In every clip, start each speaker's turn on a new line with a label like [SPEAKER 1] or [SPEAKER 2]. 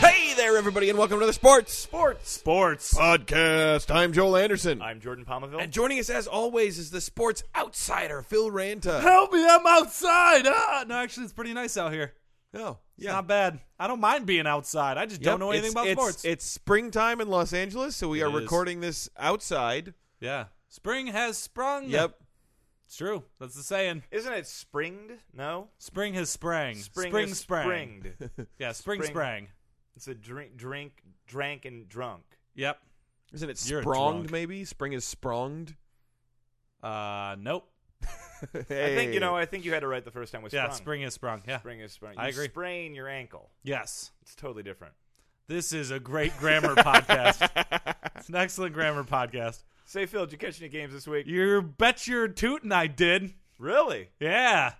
[SPEAKER 1] Hey there, everybody, and welcome to the Sports Sports
[SPEAKER 2] Sports. Uh,
[SPEAKER 1] Podcast. I'm Joel Anderson,
[SPEAKER 3] I'm Jordan Palmaville.
[SPEAKER 1] and joining us as always is the sports outsider Phil Ranta.
[SPEAKER 2] Help me, I'm outside. Ah, no, actually, it's pretty nice out here.
[SPEAKER 1] Oh,
[SPEAKER 2] It's not bad. I don't mind being outside. I just
[SPEAKER 1] Yep,
[SPEAKER 2] don't know anything
[SPEAKER 1] it's-
[SPEAKER 2] about
[SPEAKER 1] it's,
[SPEAKER 2] sports.
[SPEAKER 1] It's springtime in Los Angeles, so we are
[SPEAKER 2] is.
[SPEAKER 1] recording this outside.
[SPEAKER 2] yeah. Spring has sprung.
[SPEAKER 1] Yep.
[SPEAKER 2] It's true. That's the saying.
[SPEAKER 3] Isn't it springed? No,
[SPEAKER 2] Spring has sprang.
[SPEAKER 3] spring
[SPEAKER 2] spring
[SPEAKER 3] is
[SPEAKER 2] sprang.
[SPEAKER 3] springed.
[SPEAKER 2] Yeah, spring,
[SPEAKER 3] Spring.
[SPEAKER 2] sprang.
[SPEAKER 3] it's a drink, drink, drank, and drunk.
[SPEAKER 2] Yep.
[SPEAKER 1] Isn't it
[SPEAKER 2] You're
[SPEAKER 1] spronged?
[SPEAKER 2] drunk.
[SPEAKER 1] Maybe spring is spronged.
[SPEAKER 2] Uh, nope.
[SPEAKER 3] I think you know. I think you had it right the first time with
[SPEAKER 2] Yeah,
[SPEAKER 3] sprung.
[SPEAKER 2] spring is sprung. Yeah.
[SPEAKER 3] Spring is sprung.
[SPEAKER 2] I
[SPEAKER 3] You
[SPEAKER 2] agree.
[SPEAKER 3] Sprain your ankle.
[SPEAKER 2] Yes.
[SPEAKER 3] It's totally different.
[SPEAKER 2] This is a great grammar podcast. It's an excellent grammar podcast.
[SPEAKER 3] Say, Phil, did you catch any games this week?
[SPEAKER 2] You bet your tootin' I did.
[SPEAKER 3] really?
[SPEAKER 2] Yeah.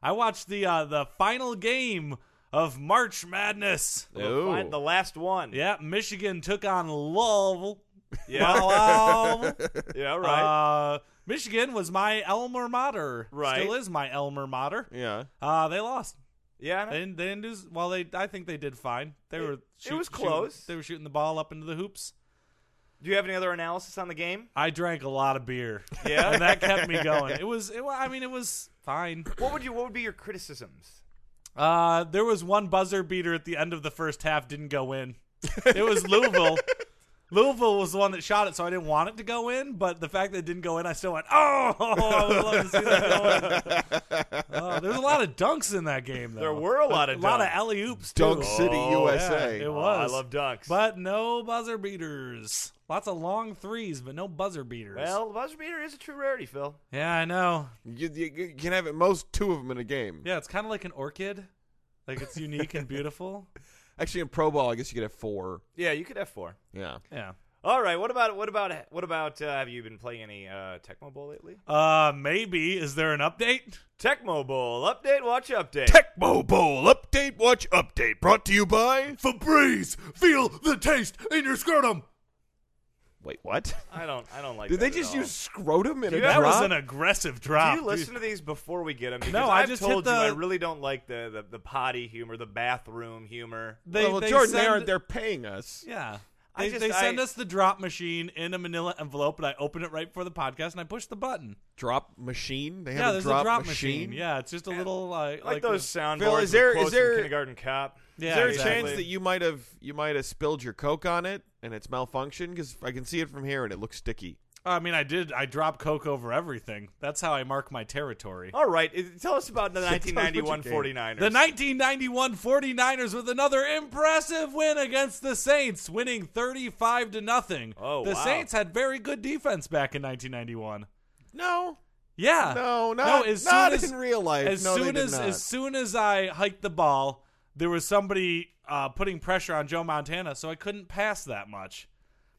[SPEAKER 2] I watched the uh, the final game of March Madness.
[SPEAKER 1] Oh.
[SPEAKER 3] Find the last one.
[SPEAKER 2] Yeah, Michigan took on Louisville.
[SPEAKER 3] Yeah.
[SPEAKER 2] Louisville.
[SPEAKER 3] yeah. Right.
[SPEAKER 2] Uh, Michigan was my Elmer Mater.
[SPEAKER 3] Right.
[SPEAKER 2] Still is my Elmer Mater.
[SPEAKER 1] yeah.
[SPEAKER 2] Uh, they lost.
[SPEAKER 3] yeah.
[SPEAKER 2] They didn't, they didn't do s- well. They I think they did fine. They were. shoot-
[SPEAKER 3] was
[SPEAKER 2] shooting-
[SPEAKER 3] close.
[SPEAKER 2] they were shooting the ball up into the hoops.
[SPEAKER 3] Do you have any other analysis on the game?
[SPEAKER 2] I drank a lot of beer.
[SPEAKER 3] Yeah?
[SPEAKER 2] and that kept me going. It was. It, wa- I mean, it was fine.
[SPEAKER 3] What would you? What would be your criticisms?
[SPEAKER 2] Uh, there was one buzzer beater at the end of the first half. Didn't go in. It was Louisville. Louisville was the one that shot it, so I didn't want it to go in. But the fact that it didn't go in, I still went, "Oh, I would love to see that go in." Uh, there's a lot of dunks in that game, though.
[SPEAKER 3] There were a lot of
[SPEAKER 2] Oh, a lot of
[SPEAKER 3] dunks.
[SPEAKER 2] alley oops,
[SPEAKER 1] Dunk City, USA.
[SPEAKER 2] it
[SPEAKER 3] Oh,
[SPEAKER 2] was.
[SPEAKER 3] I love dunks.
[SPEAKER 2] But no buzzer beaters. Lots of long threes, but no buzzer beaters.
[SPEAKER 3] well, buzzer beater is a true rarity, Phil.
[SPEAKER 2] yeah, I know.
[SPEAKER 1] You, you, you can have at most two of them in a game.
[SPEAKER 2] Yeah, it's kind of like an orchid. Like it's unique and beautiful.
[SPEAKER 1] Actually, in pro ball, I guess you could have four.
[SPEAKER 3] Yeah, you could have four.
[SPEAKER 1] Yeah.
[SPEAKER 2] Yeah.
[SPEAKER 3] All right. What about what about what about? Uh, have you been playing any uh, Tecmo Bowl lately?
[SPEAKER 2] Uh, maybe is there an update?
[SPEAKER 3] Tecmo Bowl update. Watch update.
[SPEAKER 1] Tecmo Bowl update. Watch update. Brought to you by.
[SPEAKER 2] Febreze, feel the taste in your scrotum.
[SPEAKER 1] Wait, what?
[SPEAKER 3] I don't. I don't like.
[SPEAKER 1] Did
[SPEAKER 3] that
[SPEAKER 1] they
[SPEAKER 3] at
[SPEAKER 1] just
[SPEAKER 3] all.
[SPEAKER 1] use scrotum in a
[SPEAKER 3] Dude,
[SPEAKER 2] That
[SPEAKER 1] drop?
[SPEAKER 2] was an aggressive drop.
[SPEAKER 3] Do you
[SPEAKER 2] dude.
[SPEAKER 3] listen to these before we get them? Because
[SPEAKER 2] No, I
[SPEAKER 3] I've
[SPEAKER 2] just hit
[SPEAKER 3] told you I
[SPEAKER 2] the-
[SPEAKER 3] really don't like the, the the potty humor, the bathroom humor.
[SPEAKER 2] They,
[SPEAKER 1] well,
[SPEAKER 2] they
[SPEAKER 1] Jordan,
[SPEAKER 2] send,
[SPEAKER 1] they aren't. They're paying us.
[SPEAKER 2] Yeah.
[SPEAKER 3] I
[SPEAKER 2] They,
[SPEAKER 3] just-
[SPEAKER 2] they send
[SPEAKER 3] I-
[SPEAKER 2] us the drop machine in a manila envelope, and I open it right before the podcast, and I push the button.
[SPEAKER 1] Drop machine. They
[SPEAKER 2] Yeah,
[SPEAKER 1] have a
[SPEAKER 2] there's
[SPEAKER 1] drop,
[SPEAKER 2] a drop machine.
[SPEAKER 1] machine.
[SPEAKER 2] Yeah, it's just a little uh, like,
[SPEAKER 3] Like, those soundboards.
[SPEAKER 1] Phil, is
[SPEAKER 3] with
[SPEAKER 1] there- is
[SPEAKER 3] quotes from
[SPEAKER 1] there-
[SPEAKER 3] kindergarten cop?
[SPEAKER 2] Yeah,
[SPEAKER 1] Is there
[SPEAKER 2] exactly.
[SPEAKER 1] a chance that you might have you might have spilled your coke on it and it's malfunctioned? Because I can see it from here and it looks sticky.
[SPEAKER 2] I mean, I did. I drop coke over everything. That's how I mark my territory.
[SPEAKER 1] Oh,
[SPEAKER 3] All right, it- tell us about the
[SPEAKER 1] us what you
[SPEAKER 3] 1991
[SPEAKER 1] gave.
[SPEAKER 3] 49ers.
[SPEAKER 2] The 1991 49ers with another impressive win against the Saints, winning 35 to nothing.
[SPEAKER 3] Oh,
[SPEAKER 2] the
[SPEAKER 3] wow.
[SPEAKER 2] Saints had very good defense back in 1991.
[SPEAKER 1] No,
[SPEAKER 2] Yeah.
[SPEAKER 1] no, not,
[SPEAKER 2] as
[SPEAKER 1] not
[SPEAKER 2] soon as,
[SPEAKER 1] in real life.
[SPEAKER 2] As
[SPEAKER 1] no, they
[SPEAKER 2] soon
[SPEAKER 1] did
[SPEAKER 2] as
[SPEAKER 1] not.
[SPEAKER 2] as soon as I hiked the ball, there was somebody uh, putting pressure on Joe Montana, so I couldn't pass that much.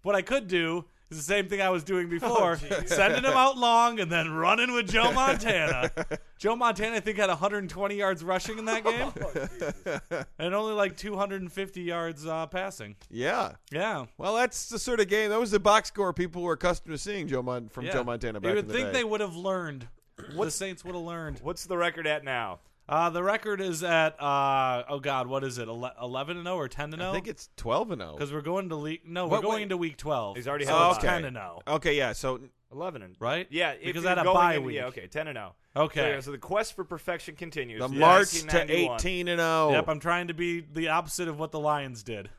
[SPEAKER 2] What I could do is the same thing I was
[SPEAKER 1] Oh,
[SPEAKER 2] doing before, sending him out long and then running with Joe Montana. Joe Montana, I think, had 120 yards rushing in that game,
[SPEAKER 1] Oh,
[SPEAKER 2] and only like 250 yards uh, passing.
[SPEAKER 1] yeah.
[SPEAKER 2] Yeah.
[SPEAKER 1] Well, that's the sort of game. That was the box score people were accustomed to seeing Joe Mon- from
[SPEAKER 2] yeah.
[SPEAKER 1] Joe Montana back
[SPEAKER 2] You would
[SPEAKER 1] in the
[SPEAKER 2] think
[SPEAKER 1] day.
[SPEAKER 2] they would have learned. the Saints would have learned.
[SPEAKER 3] What's the record at now?
[SPEAKER 2] Uh, the record is at uh, oh god, what is it? Ele- Eleven and zero or ten and
[SPEAKER 1] I
[SPEAKER 2] zero?
[SPEAKER 1] think it's twelve and oh. zero.
[SPEAKER 2] Because we're going to league. No,
[SPEAKER 1] What-
[SPEAKER 2] we're going
[SPEAKER 1] wait.
[SPEAKER 2] into week twelve.
[SPEAKER 3] He's already
[SPEAKER 2] so
[SPEAKER 3] had a
[SPEAKER 2] it's
[SPEAKER 3] bye.
[SPEAKER 2] ten and oh. zero,
[SPEAKER 1] Okay, yeah. So
[SPEAKER 3] 11 and
[SPEAKER 2] right?
[SPEAKER 3] Yeah, if
[SPEAKER 2] because
[SPEAKER 3] you're
[SPEAKER 2] at a
[SPEAKER 3] going
[SPEAKER 2] bye
[SPEAKER 3] in-
[SPEAKER 2] week.
[SPEAKER 3] Yeah, okay, 10 and 0.
[SPEAKER 2] oh. Okay.
[SPEAKER 3] So, so the quest for perfection continues.
[SPEAKER 1] the
[SPEAKER 3] Yeah.
[SPEAKER 1] March to
[SPEAKER 3] 1991.
[SPEAKER 1] eighteen and oh. zero.
[SPEAKER 2] Yep, I'm trying to be the opposite of what the Lions did.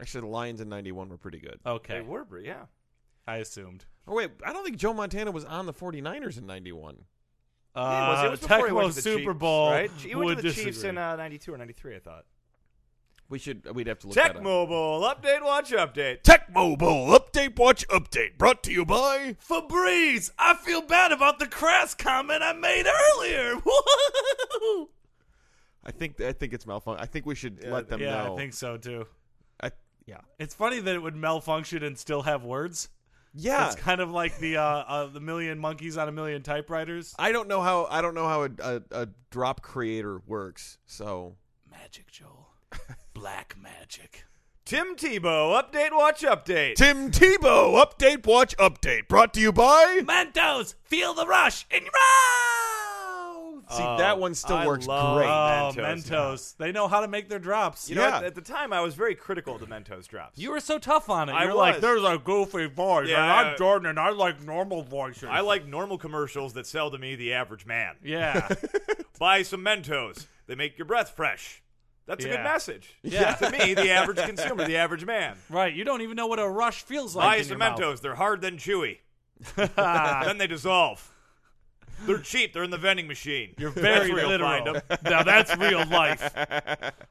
[SPEAKER 1] Actually, the Lions in ninety one were pretty good.
[SPEAKER 2] Okay,
[SPEAKER 3] They were, but yeah.
[SPEAKER 2] I assumed.
[SPEAKER 1] Oh wait, I don't think Joe Montana was on the 49ers in 91.
[SPEAKER 3] Yeah, it was, it was before he went
[SPEAKER 2] Uh, Tecmo
[SPEAKER 3] to the
[SPEAKER 2] Super
[SPEAKER 3] Chiefs,
[SPEAKER 2] Bowl
[SPEAKER 3] right? He went
[SPEAKER 2] would
[SPEAKER 3] to the Chiefs
[SPEAKER 2] disagree.
[SPEAKER 3] in uh, 92 or 93, I thought.
[SPEAKER 1] We should we'd have to look
[SPEAKER 3] Tech
[SPEAKER 1] that up.
[SPEAKER 3] Mobile update, watch update.
[SPEAKER 1] Tech Mobile update watch update brought to you by
[SPEAKER 2] Febreze, I feel bad about the crass comment I made earlier.
[SPEAKER 1] I think I think it's malfunction. I think we should
[SPEAKER 3] Yeah,
[SPEAKER 1] let them
[SPEAKER 2] yeah,
[SPEAKER 1] know.
[SPEAKER 2] I think so too.
[SPEAKER 1] I-
[SPEAKER 4] Yeah.
[SPEAKER 2] It's funny that it would malfunction and still have words.
[SPEAKER 1] yeah.
[SPEAKER 2] It's kind of like the uh, uh, the million monkeys on a million typewriters.
[SPEAKER 1] I don't know how I don't know how a, a, a drop creator works. So
[SPEAKER 2] Magic, Joel. Black magic.
[SPEAKER 3] Tim Tebow update. Watch update.
[SPEAKER 1] Tim Tebow update watch update brought to you by.
[SPEAKER 2] Mentos, feel the rush in your mouth.
[SPEAKER 1] See that one still
[SPEAKER 3] I
[SPEAKER 1] works
[SPEAKER 3] love-
[SPEAKER 1] great.
[SPEAKER 2] Oh,
[SPEAKER 3] Mentos,
[SPEAKER 2] Mentos.
[SPEAKER 3] yeah.
[SPEAKER 2] They know how to make their drops.
[SPEAKER 3] You
[SPEAKER 2] You,
[SPEAKER 3] know,
[SPEAKER 1] Yeah.
[SPEAKER 3] at, at the time, I was very critical of the Mentos drops.
[SPEAKER 2] were so tough on it.
[SPEAKER 3] I
[SPEAKER 2] You're
[SPEAKER 3] was.
[SPEAKER 2] like, there's a goofy voice,
[SPEAKER 3] Yeah.
[SPEAKER 2] and I'm Jordan, and I like normal voices.
[SPEAKER 3] I like normal commercials that sell to me, the average man.
[SPEAKER 2] Yeah.
[SPEAKER 3] Buy some Mentos. They make your breath fresh. That's a good
[SPEAKER 2] Yeah.
[SPEAKER 3] message.
[SPEAKER 2] Yeah.
[SPEAKER 3] to me, the average consumer, the average man.
[SPEAKER 2] right. You don't even know what a rush feels like.
[SPEAKER 3] Buy
[SPEAKER 2] in
[SPEAKER 3] some
[SPEAKER 2] your
[SPEAKER 3] Mentos. They're hard, then chewy.
[SPEAKER 2] mouth.
[SPEAKER 3] then they dissolve. They're cheap. They're in the vending machine.
[SPEAKER 2] You're very
[SPEAKER 3] That's where you'll find
[SPEAKER 2] literal.
[SPEAKER 3] 'em.
[SPEAKER 2] now that's real life.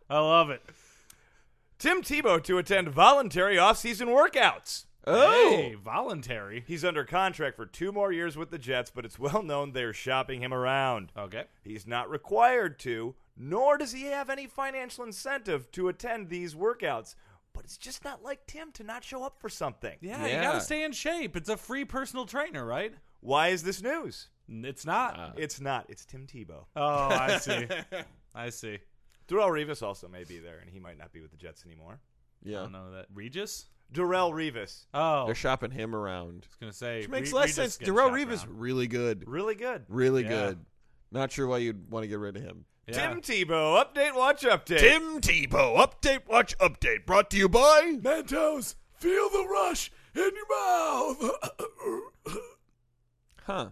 [SPEAKER 2] I love it.
[SPEAKER 3] Tim Tebow to attend voluntary off-season workouts.
[SPEAKER 1] Oh,
[SPEAKER 2] Hey, voluntary.
[SPEAKER 3] He's under contract for two more years with the Jets, but it's well known they're shopping him around.
[SPEAKER 2] Okay.
[SPEAKER 3] He's not required to, nor does he have any financial incentive to attend these workouts. But it's just not like Tim to not show up for something.
[SPEAKER 2] Yeah, you
[SPEAKER 1] Yeah.
[SPEAKER 2] gotta stay in shape. It's a free personal trainer, right?
[SPEAKER 3] Why is this news?
[SPEAKER 2] N- It's not.
[SPEAKER 3] It's not. It's Tim Tebow.
[SPEAKER 2] oh, I see. I see.
[SPEAKER 3] Darrell Revis also may be there, and he might not be with the Jets anymore.
[SPEAKER 2] I
[SPEAKER 1] yeah.
[SPEAKER 2] don't know that Regis.
[SPEAKER 3] Darrell Revis,
[SPEAKER 2] Oh, I
[SPEAKER 1] They're
[SPEAKER 2] was
[SPEAKER 1] shopping him around.
[SPEAKER 2] gonna say
[SPEAKER 1] Which makes
[SPEAKER 2] Re-
[SPEAKER 1] less
[SPEAKER 2] Regis
[SPEAKER 1] sense.
[SPEAKER 2] getting
[SPEAKER 1] Darrell
[SPEAKER 2] shopped
[SPEAKER 1] Revis
[SPEAKER 2] around.
[SPEAKER 1] really good,
[SPEAKER 3] really good.
[SPEAKER 1] really
[SPEAKER 2] Yeah.
[SPEAKER 1] good. Not sure why you'd want to get rid of him.
[SPEAKER 2] Yeah.
[SPEAKER 3] Tim Tebow, update, watch update.
[SPEAKER 1] Tim Tebow update watch update brought to you by.
[SPEAKER 2] Mentos, feel the rush in your mouth.
[SPEAKER 1] Huh.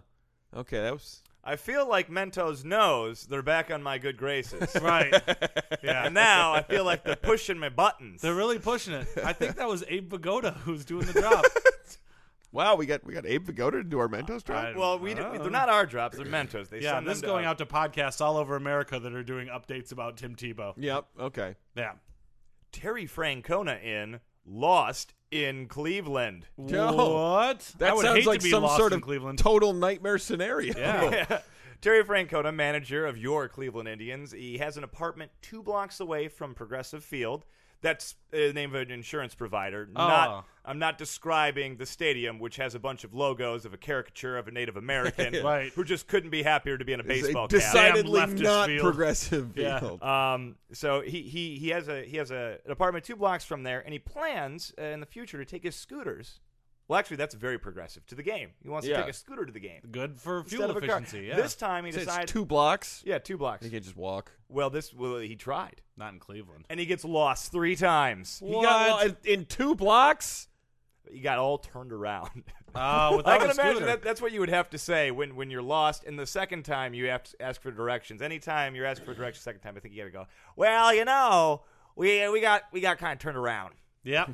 [SPEAKER 1] Okay, that was.
[SPEAKER 3] I feel like Mentos knows they're back on my good graces.
[SPEAKER 2] right. Yeah.
[SPEAKER 3] and now I feel like they're pushing my buttons.
[SPEAKER 2] They're really pushing it. I think that was Abe Vigoda who's doing the drop.
[SPEAKER 1] Wow, we got we got Abe Vigoda to do our Mentos drop.
[SPEAKER 2] I-
[SPEAKER 3] well, we
[SPEAKER 2] Oh.
[SPEAKER 3] they're not our drops. They're Mentos. They
[SPEAKER 2] yeah,
[SPEAKER 3] send
[SPEAKER 2] this is
[SPEAKER 3] them
[SPEAKER 2] going
[SPEAKER 3] to,
[SPEAKER 2] out to podcasts all over America that are doing updates about Tim Tebow.
[SPEAKER 1] yep. Okay.
[SPEAKER 2] Yeah.
[SPEAKER 3] Terry Francona in Lost in Cleveland.
[SPEAKER 1] Yo,
[SPEAKER 2] what?
[SPEAKER 1] That
[SPEAKER 2] I would
[SPEAKER 1] sounds
[SPEAKER 2] hate
[SPEAKER 1] like
[SPEAKER 2] to be
[SPEAKER 1] some
[SPEAKER 2] lost
[SPEAKER 1] sort
[SPEAKER 2] in
[SPEAKER 1] of
[SPEAKER 2] Cleveland.
[SPEAKER 1] total nightmare scenario.
[SPEAKER 2] yeah.
[SPEAKER 3] Terry Francona, manager of your Cleveland Indians, he has an apartment two blocks away from Progressive Field. That's uh, the name of an insurance provider.
[SPEAKER 2] Oh.
[SPEAKER 3] Not, I'm not describing the stadium, which has a bunch of logos of a caricature of a Native American
[SPEAKER 2] Right.
[SPEAKER 3] who just couldn't be happier to be in a
[SPEAKER 1] It's a
[SPEAKER 3] baseball cap.
[SPEAKER 1] decidedly
[SPEAKER 2] Damn leftist
[SPEAKER 1] not
[SPEAKER 2] field.
[SPEAKER 1] progressive
[SPEAKER 2] Yeah. Uh,
[SPEAKER 1] field.
[SPEAKER 3] Um, so he, he, he has a he has a, an apartment two blocks from there, and he plans uh, in the future to take his scooters. Well, actually, that's very progressive to the game. He wants to
[SPEAKER 1] Yeah.
[SPEAKER 3] take a scooter to the game
[SPEAKER 2] Good for
[SPEAKER 3] instead
[SPEAKER 2] fuel
[SPEAKER 3] of a car.
[SPEAKER 2] efficiency. Yeah.
[SPEAKER 3] This time he
[SPEAKER 1] So
[SPEAKER 3] decides.
[SPEAKER 1] it's two blocks.
[SPEAKER 3] yeah, two blocks.
[SPEAKER 1] You can just walk.
[SPEAKER 3] Well, this well, he tried,
[SPEAKER 2] Not in Cleveland.
[SPEAKER 3] and he gets lost three times.
[SPEAKER 1] He got lo- in two blocks.
[SPEAKER 3] He got all turned around.
[SPEAKER 2] Uh, without
[SPEAKER 3] I can
[SPEAKER 2] a
[SPEAKER 3] imagine
[SPEAKER 2] scooter.
[SPEAKER 3] that, that's what you would have to say when, when you're lost. And the second time you have to ask for directions. Anytime you're asked for directions, second time I think you got to go. Well, you know, we we got we got kind of turned around.
[SPEAKER 2] Yep.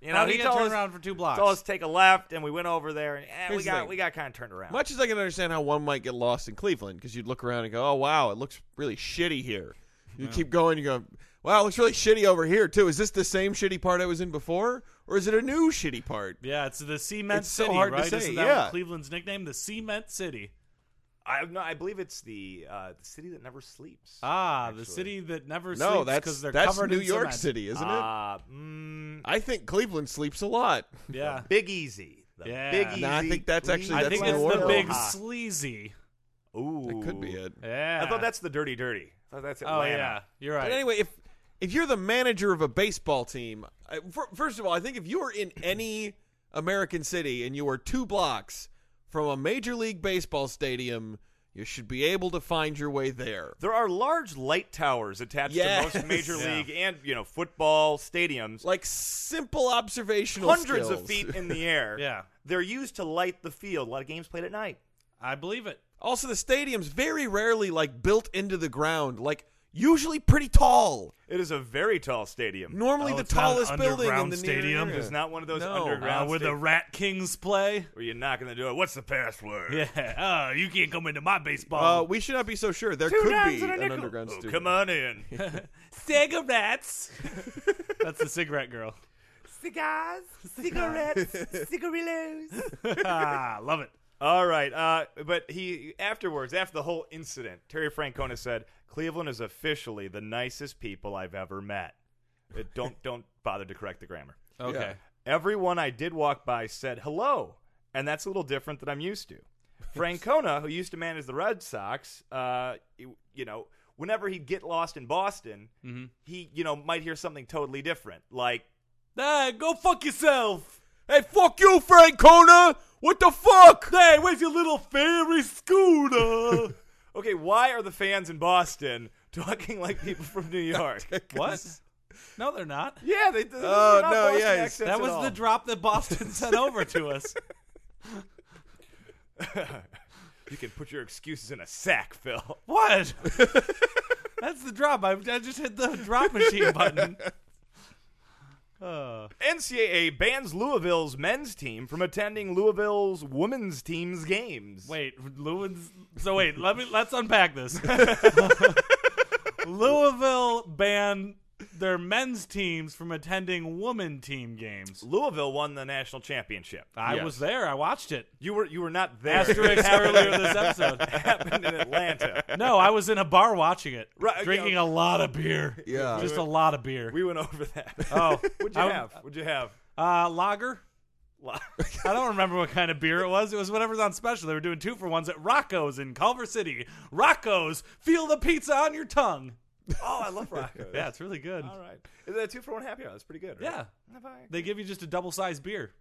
[SPEAKER 3] You know,
[SPEAKER 2] How do
[SPEAKER 3] he
[SPEAKER 2] you get
[SPEAKER 3] told
[SPEAKER 2] turned
[SPEAKER 3] us,
[SPEAKER 2] around for two blocks?
[SPEAKER 3] told us to take a left, and we went over there, and eh, we
[SPEAKER 1] Here's the
[SPEAKER 3] got
[SPEAKER 1] thing.
[SPEAKER 3] we got kind of turned around.
[SPEAKER 1] Much as I can understand how one might get lost in Cleveland, because you'd look around and go, "Oh wow, it looks really shitty here." You keep going, you go, "Wow, it looks really shitty over here too." Is this the same shitty part I was in before, or is it a new shitty part?
[SPEAKER 2] yeah, it's the Cement
[SPEAKER 1] It's so
[SPEAKER 2] City,
[SPEAKER 1] hard to
[SPEAKER 2] right?
[SPEAKER 1] say,
[SPEAKER 2] Isn't that
[SPEAKER 1] yeah.
[SPEAKER 2] Cleveland's nickname? The Cement City.
[SPEAKER 3] I no, I believe it's the uh, the city that never sleeps.
[SPEAKER 2] Ah,
[SPEAKER 3] actually.
[SPEAKER 2] the city that never
[SPEAKER 1] No,
[SPEAKER 2] sleeps
[SPEAKER 1] that's
[SPEAKER 2] they're
[SPEAKER 1] that's
[SPEAKER 2] covered
[SPEAKER 1] New
[SPEAKER 2] in
[SPEAKER 1] York
[SPEAKER 2] cement. Ah.
[SPEAKER 1] City, isn't it?
[SPEAKER 3] Uh, mm,
[SPEAKER 1] I think Cleveland sleeps a lot.
[SPEAKER 2] Yeah.
[SPEAKER 3] Big Easy. The
[SPEAKER 2] Yeah.
[SPEAKER 3] Big Easy.
[SPEAKER 2] No,
[SPEAKER 1] I think that's actually-
[SPEAKER 2] I
[SPEAKER 1] that's
[SPEAKER 2] think
[SPEAKER 1] New
[SPEAKER 2] it's the
[SPEAKER 1] Orleans.
[SPEAKER 2] big
[SPEAKER 3] Ah.
[SPEAKER 2] sleazy.
[SPEAKER 3] Ooh.
[SPEAKER 1] That could be it.
[SPEAKER 2] Yeah.
[SPEAKER 3] I thought that's the Dirty Dirty. I thought that's
[SPEAKER 2] Oh
[SPEAKER 3] Atlanta.
[SPEAKER 2] yeah, you're right.
[SPEAKER 1] But anyway, if if you're the manager of a baseball team, I, fir- first of all, I think if you were in any American city and you were two blocks from a major league baseball stadium, you should be able to find your way there.
[SPEAKER 3] There are large light towers attached
[SPEAKER 1] Yes.
[SPEAKER 3] to most major
[SPEAKER 2] Yeah.
[SPEAKER 3] league and you know football stadiums.
[SPEAKER 1] Like simple observational
[SPEAKER 3] hundreds of
[SPEAKER 1] skills.
[SPEAKER 3] feet in the air.
[SPEAKER 2] Yeah.
[SPEAKER 3] They're used to light the field. A lot of games played at night.
[SPEAKER 2] I believe it.
[SPEAKER 1] Also, the stadium's very rarely like built into the ground. Like usually pretty tall.
[SPEAKER 3] It is a very tall stadium.
[SPEAKER 1] Normally,
[SPEAKER 2] Oh,
[SPEAKER 1] the
[SPEAKER 2] it's not an
[SPEAKER 1] tallest building in
[SPEAKER 2] underground
[SPEAKER 1] the
[SPEAKER 2] stadium?
[SPEAKER 1] Near area.
[SPEAKER 3] It's not one of those
[SPEAKER 1] No.
[SPEAKER 2] Uh,
[SPEAKER 3] underground
[SPEAKER 2] where the
[SPEAKER 3] sta-
[SPEAKER 2] Rat Kings play.
[SPEAKER 3] where you knock on the door. What's the password?
[SPEAKER 2] Yeah. Oh, you can't come into my
[SPEAKER 1] Uh,
[SPEAKER 2] baseball.
[SPEAKER 1] we should not be so sure. There
[SPEAKER 3] Two
[SPEAKER 1] could
[SPEAKER 3] dimes
[SPEAKER 1] be
[SPEAKER 3] and a
[SPEAKER 1] an
[SPEAKER 3] nickel.
[SPEAKER 1] underground
[SPEAKER 3] Oh,
[SPEAKER 1] stadium.
[SPEAKER 3] come on in.
[SPEAKER 2] cigarettes. that's the cigarette girl.
[SPEAKER 3] Cigars, cigarettes, cigarillos.
[SPEAKER 2] Ah, Love it.
[SPEAKER 3] All right, uh, but he afterwards, after the whole incident, Terry Francona said, "Cleveland is officially the nicest people I've ever met." Uh, don't don't bother to correct the grammar.
[SPEAKER 2] Okay.
[SPEAKER 3] Everyone I did walk by said hello, and that's a little different than I'm used to. Francona, who used to manage the Red Sox, uh, you, you know, whenever he'd get lost in Boston,
[SPEAKER 2] Mm-hmm.
[SPEAKER 3] he you know might hear something totally different, like
[SPEAKER 2] Hey, go fuck yourself.
[SPEAKER 1] Hey, fuck you, Francona! What the fuck?
[SPEAKER 2] Hey, where's your little fairy scooter?
[SPEAKER 3] Okay, why are the fans in Boston talking like people from New York?
[SPEAKER 2] what? No, they're not.
[SPEAKER 3] yeah, they. they they're
[SPEAKER 1] Oh,
[SPEAKER 3] not
[SPEAKER 1] no,
[SPEAKER 3] Boston
[SPEAKER 1] yeah, it's-
[SPEAKER 3] accents
[SPEAKER 2] that
[SPEAKER 3] at
[SPEAKER 2] was
[SPEAKER 3] all.
[SPEAKER 2] the drop that Boston sent over to us.
[SPEAKER 3] you can put your excuses in a sack, Phil.
[SPEAKER 2] What? That's the drop. I, I just hit the drop machine button. Uh,
[SPEAKER 3] NCAA bans Louisville's men's team from attending Louisville's women's team's games.
[SPEAKER 2] wait, Lewin's. So wait, let me let's unpack this. Louisville banned their men's teams from attending women team games.
[SPEAKER 3] Louisville won the national championship.
[SPEAKER 2] I
[SPEAKER 1] Yes.
[SPEAKER 2] was there. I watched it.
[SPEAKER 3] You were you were not there.
[SPEAKER 2] Asterix earlier this episode.
[SPEAKER 3] happened in Atlanta.
[SPEAKER 2] No, I was in a bar watching it,
[SPEAKER 3] Right,
[SPEAKER 2] drinking
[SPEAKER 3] yeah.
[SPEAKER 2] a lot of beer.
[SPEAKER 1] Yeah.
[SPEAKER 2] just a lot of beer.
[SPEAKER 3] We went over that.
[SPEAKER 2] oh,
[SPEAKER 3] What'd you
[SPEAKER 2] I-
[SPEAKER 3] have? What'd you have?
[SPEAKER 2] Uh, lager.
[SPEAKER 3] Lo-
[SPEAKER 2] I don't remember what kind of beer it was. It was whatever's on special. They were doing two for ones at Rocco's in Culver City. Rocco's, feel the pizza on your tongue.
[SPEAKER 3] Oh, I love Rocco.
[SPEAKER 2] Yeah, it's really good.
[SPEAKER 3] All right. Is that a two for one happy hour? That's pretty good. Right?
[SPEAKER 2] Yeah.
[SPEAKER 3] Have I-
[SPEAKER 2] They give you just a double sized beer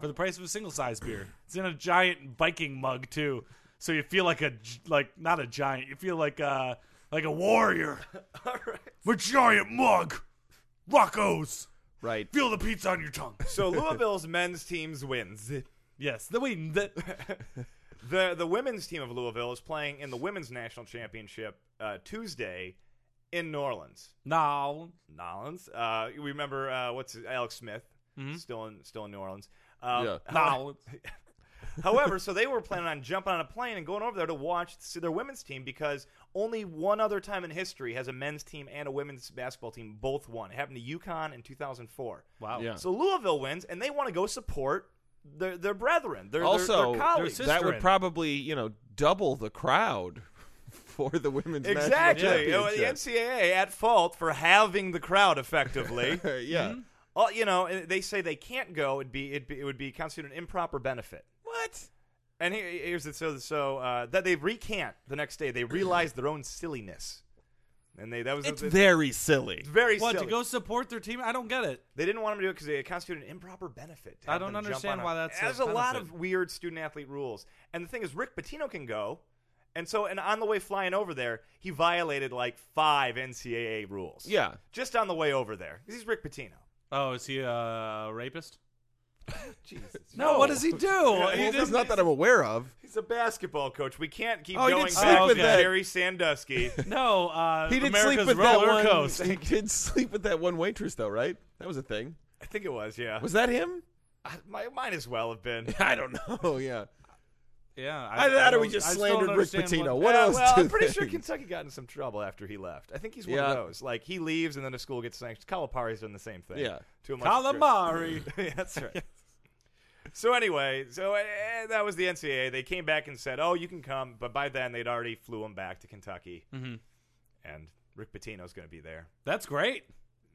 [SPEAKER 2] for the price of a single sized beer. It's in a giant Viking mug too, so you feel like a gi- like not a giant. You feel like a like a warrior.
[SPEAKER 3] All right.
[SPEAKER 2] A giant mug. Rocco's,
[SPEAKER 1] Right.
[SPEAKER 2] feel the pizza on your tongue.
[SPEAKER 3] So Louisville's men's teams wins.
[SPEAKER 2] Yes, the wait, the,
[SPEAKER 3] The the women's team of Louisville is playing in the women's national championship uh, Tuesday in New Orleans.
[SPEAKER 2] no,
[SPEAKER 3] Nolans. Uh, we remember uh, what's his- Alex Smith still in still in New Orleans. Um,
[SPEAKER 1] Yeah.
[SPEAKER 2] no.
[SPEAKER 3] However, so they were planning on jumping on a plane and going over there to watch see their women's team because only one other time in history has a men's team and a women's basketball team both won. It happened to UConn in 2004.
[SPEAKER 2] Wow.
[SPEAKER 1] Yeah.
[SPEAKER 3] So Louisville wins, and they want to go support their their brethren, their, their- their,
[SPEAKER 1] Also,
[SPEAKER 3] colleagues.
[SPEAKER 2] sister-
[SPEAKER 1] that would
[SPEAKER 2] in.
[SPEAKER 1] probably, you know, double the crowd for the women's national
[SPEAKER 3] Exactly. Oh, The
[SPEAKER 1] championship.
[SPEAKER 3] NCAA at fault for halving the crowd effectively.
[SPEAKER 1] yeah. Hmm?
[SPEAKER 3] Oh, you know, and they say they can't go. It'd be, it'd be it would be constituted an improper benefit.
[SPEAKER 1] What?
[SPEAKER 3] And here, here's the so so uh, that they recant the next day. They realize their own silliness, and they that was
[SPEAKER 1] It's
[SPEAKER 3] the-
[SPEAKER 1] very silly.
[SPEAKER 3] it's very
[SPEAKER 2] What
[SPEAKER 3] silly.
[SPEAKER 2] to go support their team? I don't get it.
[SPEAKER 3] they didn't want them to do it because it constituted an improper benefit. to
[SPEAKER 2] I
[SPEAKER 3] have
[SPEAKER 2] don't
[SPEAKER 3] them jump
[SPEAKER 2] understand
[SPEAKER 3] on a-
[SPEAKER 2] why that's a
[SPEAKER 3] There's a lot of
[SPEAKER 2] benefit.
[SPEAKER 3] weird student athlete rules, and the thing is, Rick Pitino can go, and so and on the way flying over there, he violated like five NCAA rules.
[SPEAKER 1] Yeah.
[SPEAKER 3] just on the way over there, he's Rick Pitino.
[SPEAKER 2] Oh, is he a rapist?
[SPEAKER 3] Jesus,
[SPEAKER 2] No, what does he do?
[SPEAKER 3] He
[SPEAKER 1] Well,
[SPEAKER 3] didn't-
[SPEAKER 1] it's not that I'm aware of.
[SPEAKER 3] He's a basketball coach. We can't keep
[SPEAKER 1] Oh, he
[SPEAKER 3] going
[SPEAKER 1] didn't
[SPEAKER 2] sleep
[SPEAKER 3] back
[SPEAKER 2] with
[SPEAKER 3] to
[SPEAKER 2] that.
[SPEAKER 3] Jerry Sandusky.
[SPEAKER 2] no, uh,
[SPEAKER 1] He did
[SPEAKER 2] America's
[SPEAKER 1] sleep with that
[SPEAKER 2] roller
[SPEAKER 1] one.
[SPEAKER 2] coast.
[SPEAKER 1] He did sleep with that one waitress, though, right? That was a thing.
[SPEAKER 3] I think it was, yeah.
[SPEAKER 1] Was that him?
[SPEAKER 3] I- my, might as well have been.
[SPEAKER 1] I don't know. Yeah.
[SPEAKER 2] Yeah,
[SPEAKER 1] I, thought
[SPEAKER 2] don't-
[SPEAKER 1] we just
[SPEAKER 2] I still
[SPEAKER 1] slandered
[SPEAKER 2] don't
[SPEAKER 1] Rick
[SPEAKER 2] understand
[SPEAKER 1] Pitino. What,
[SPEAKER 2] what-
[SPEAKER 3] Yeah,
[SPEAKER 1] else?
[SPEAKER 3] Uh, well,
[SPEAKER 1] do
[SPEAKER 3] I'm pretty sure
[SPEAKER 1] they-
[SPEAKER 3] Kentucky got in some trouble after he left. I think he's one
[SPEAKER 1] Yeah.
[SPEAKER 3] of those. Like he leaves and then a school gets sanctioned. Calipari's done the same thing.
[SPEAKER 1] Yeah.
[SPEAKER 3] to a much
[SPEAKER 2] calamari.
[SPEAKER 3] yeah, that's right. So anyway, so eh, that was the NCAA. They came back and said, "Oh, you can come," but by then they'd already flew him back to Kentucky,
[SPEAKER 1] Mm-hmm.
[SPEAKER 2] Mhm.
[SPEAKER 3] and Rick Pitino's going to be there.
[SPEAKER 2] That's great.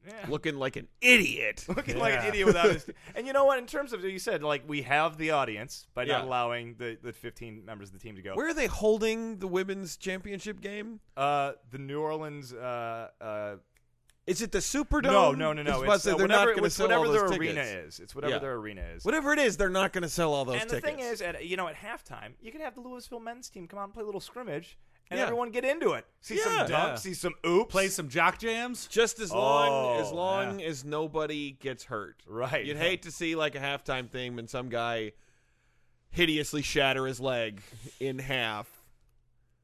[SPEAKER 3] Yeah.
[SPEAKER 1] Looking like an idiot.
[SPEAKER 3] looking like an
[SPEAKER 2] Yeah.
[SPEAKER 3] idiot without his. And you know what? In terms of you said, like we have the audience by not
[SPEAKER 1] Yeah.
[SPEAKER 3] allowing the, the 15 members of the team to go.
[SPEAKER 1] Where are they holding the women's championship game?
[SPEAKER 3] Uh, the New Orleans. Uh, uh,
[SPEAKER 1] Is it the Superdome?
[SPEAKER 3] no, no, no,
[SPEAKER 1] I
[SPEAKER 3] no.
[SPEAKER 1] was about to
[SPEAKER 3] It's
[SPEAKER 1] say,
[SPEAKER 3] uh,
[SPEAKER 1] they're
[SPEAKER 3] whatever,
[SPEAKER 1] not going to
[SPEAKER 3] it's
[SPEAKER 1] sell
[SPEAKER 3] whatever
[SPEAKER 1] all
[SPEAKER 3] their
[SPEAKER 1] those
[SPEAKER 3] arena
[SPEAKER 1] tickets.
[SPEAKER 3] is. It's whatever
[SPEAKER 1] Yeah.
[SPEAKER 3] their arena is.
[SPEAKER 1] Whatever it is, they're not going to sell all those
[SPEAKER 3] and
[SPEAKER 1] tickets.
[SPEAKER 3] the thing is, at you know, at halftime, you can have the Louisville men's team come out and play a little scrimmage, and
[SPEAKER 1] Yeah.
[SPEAKER 3] everyone get into it. See some
[SPEAKER 1] Yeah.
[SPEAKER 3] dunks,
[SPEAKER 2] Yeah.
[SPEAKER 3] see some oops,
[SPEAKER 2] Play some jock jams.
[SPEAKER 1] just as long
[SPEAKER 3] Oh,
[SPEAKER 1] as long as nobody gets hurt.
[SPEAKER 3] Right.
[SPEAKER 1] You'd hate to see like a halftime thing and some guy hideously shatter his leg in half.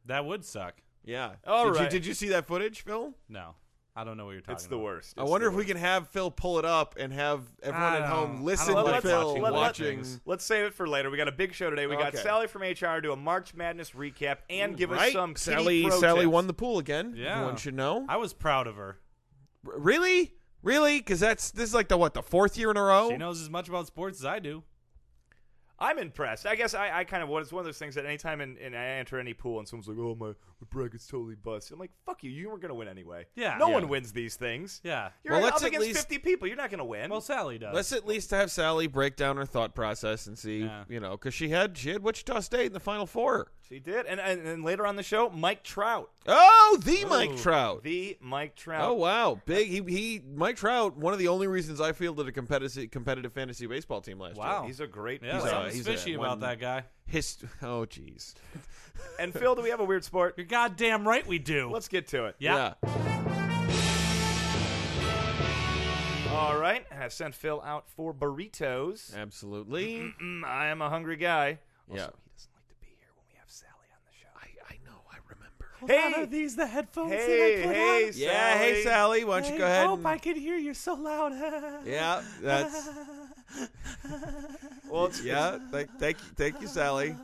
[SPEAKER 2] That would suck.
[SPEAKER 1] Yeah.
[SPEAKER 3] All
[SPEAKER 1] did
[SPEAKER 3] right.
[SPEAKER 1] You, did you see that footage, Phil?
[SPEAKER 2] No, I don't know what you're talking.
[SPEAKER 3] It's the
[SPEAKER 2] about.
[SPEAKER 3] worst.
[SPEAKER 1] I
[SPEAKER 3] It's
[SPEAKER 1] wonder
[SPEAKER 3] the
[SPEAKER 1] if we
[SPEAKER 3] worst.
[SPEAKER 1] can have Phil pull it up and have everyone
[SPEAKER 2] I
[SPEAKER 1] at
[SPEAKER 3] Ah,
[SPEAKER 2] don't- I
[SPEAKER 1] home
[SPEAKER 2] don't
[SPEAKER 1] listen
[SPEAKER 2] like
[SPEAKER 1] to Phil
[SPEAKER 2] watching
[SPEAKER 1] watching.
[SPEAKER 2] let- let-
[SPEAKER 3] Let's, let's save it for later. We got a big show today. We got
[SPEAKER 1] Okay.
[SPEAKER 3] Sally from HR do a March Madness recap and give us
[SPEAKER 1] right?
[SPEAKER 3] some kitty
[SPEAKER 1] Sally,
[SPEAKER 3] pro
[SPEAKER 1] Sally
[SPEAKER 3] tips.
[SPEAKER 1] won the pool again.
[SPEAKER 2] Yeah.
[SPEAKER 1] Everyone should know.
[SPEAKER 2] I was proud of her.
[SPEAKER 1] R- really?
[SPEAKER 5] Oh.
[SPEAKER 1] Really? Because that's this is like the what the fourth year in a row.
[SPEAKER 2] She knows as much about sports as I do.
[SPEAKER 3] I'm impressed. I guess I, I kind of it's one of those things that anytime in, in I enter any pool and someone's like, "Oh my, my bracket's totally busted." I'm like, "Fuck you! You weren't gonna win anyway."
[SPEAKER 5] Yeah.
[SPEAKER 3] No
[SPEAKER 5] Yeah.
[SPEAKER 3] one wins these things.
[SPEAKER 5] Yeah.
[SPEAKER 3] You're
[SPEAKER 1] Well,
[SPEAKER 3] up
[SPEAKER 1] let's at
[SPEAKER 3] against
[SPEAKER 1] least-
[SPEAKER 3] 50 people. You're not gonna win.
[SPEAKER 5] Well, Sally does.
[SPEAKER 1] Let's at least have Sally break down her thought process and see,
[SPEAKER 5] Yeah.
[SPEAKER 1] you know, because she had she had Wichita State in the Final Four.
[SPEAKER 3] she did, and, and and later on the show, Mike Trout,
[SPEAKER 1] Oh, the Mike Trout.
[SPEAKER 3] the Mike Trout.
[SPEAKER 1] Oh wow, big he he Mike Trout. One of the only reasons I fielded a competitive competitive fantasy baseball team last year.
[SPEAKER 5] Wow.
[SPEAKER 3] He's a great.
[SPEAKER 5] yeah,
[SPEAKER 3] player.
[SPEAKER 1] a-
[SPEAKER 5] something's
[SPEAKER 1] he's a
[SPEAKER 5] fishy
[SPEAKER 1] one-
[SPEAKER 5] about that guy.
[SPEAKER 1] Hist- oh jeez.
[SPEAKER 3] and Phil, do we have a weird sport?
[SPEAKER 5] You're goddamn right we do.
[SPEAKER 3] Let's get to it.
[SPEAKER 5] yeah.
[SPEAKER 3] All right, I sent Phil out for burritos.
[SPEAKER 1] absolutely.
[SPEAKER 3] Mm, I am a hungry guy. Also,
[SPEAKER 1] Yeah.
[SPEAKER 3] he doesn't like to be here when we have Sally on the show.
[SPEAKER 1] I, I know. Oh, I remember.
[SPEAKER 5] Hey,
[SPEAKER 3] Hey!
[SPEAKER 5] are these the headphones
[SPEAKER 3] Hey,
[SPEAKER 5] that I put
[SPEAKER 3] hey,
[SPEAKER 5] on?
[SPEAKER 3] Sally.
[SPEAKER 1] Yeah. Hey Sally, why don't you
[SPEAKER 5] Hey,
[SPEAKER 1] go ahead?
[SPEAKER 5] Hope
[SPEAKER 1] and-
[SPEAKER 5] I can hear you so loud.
[SPEAKER 1] yeah. That's
[SPEAKER 3] Well, it's,
[SPEAKER 1] yeah. Thank thank you, thank you Sally.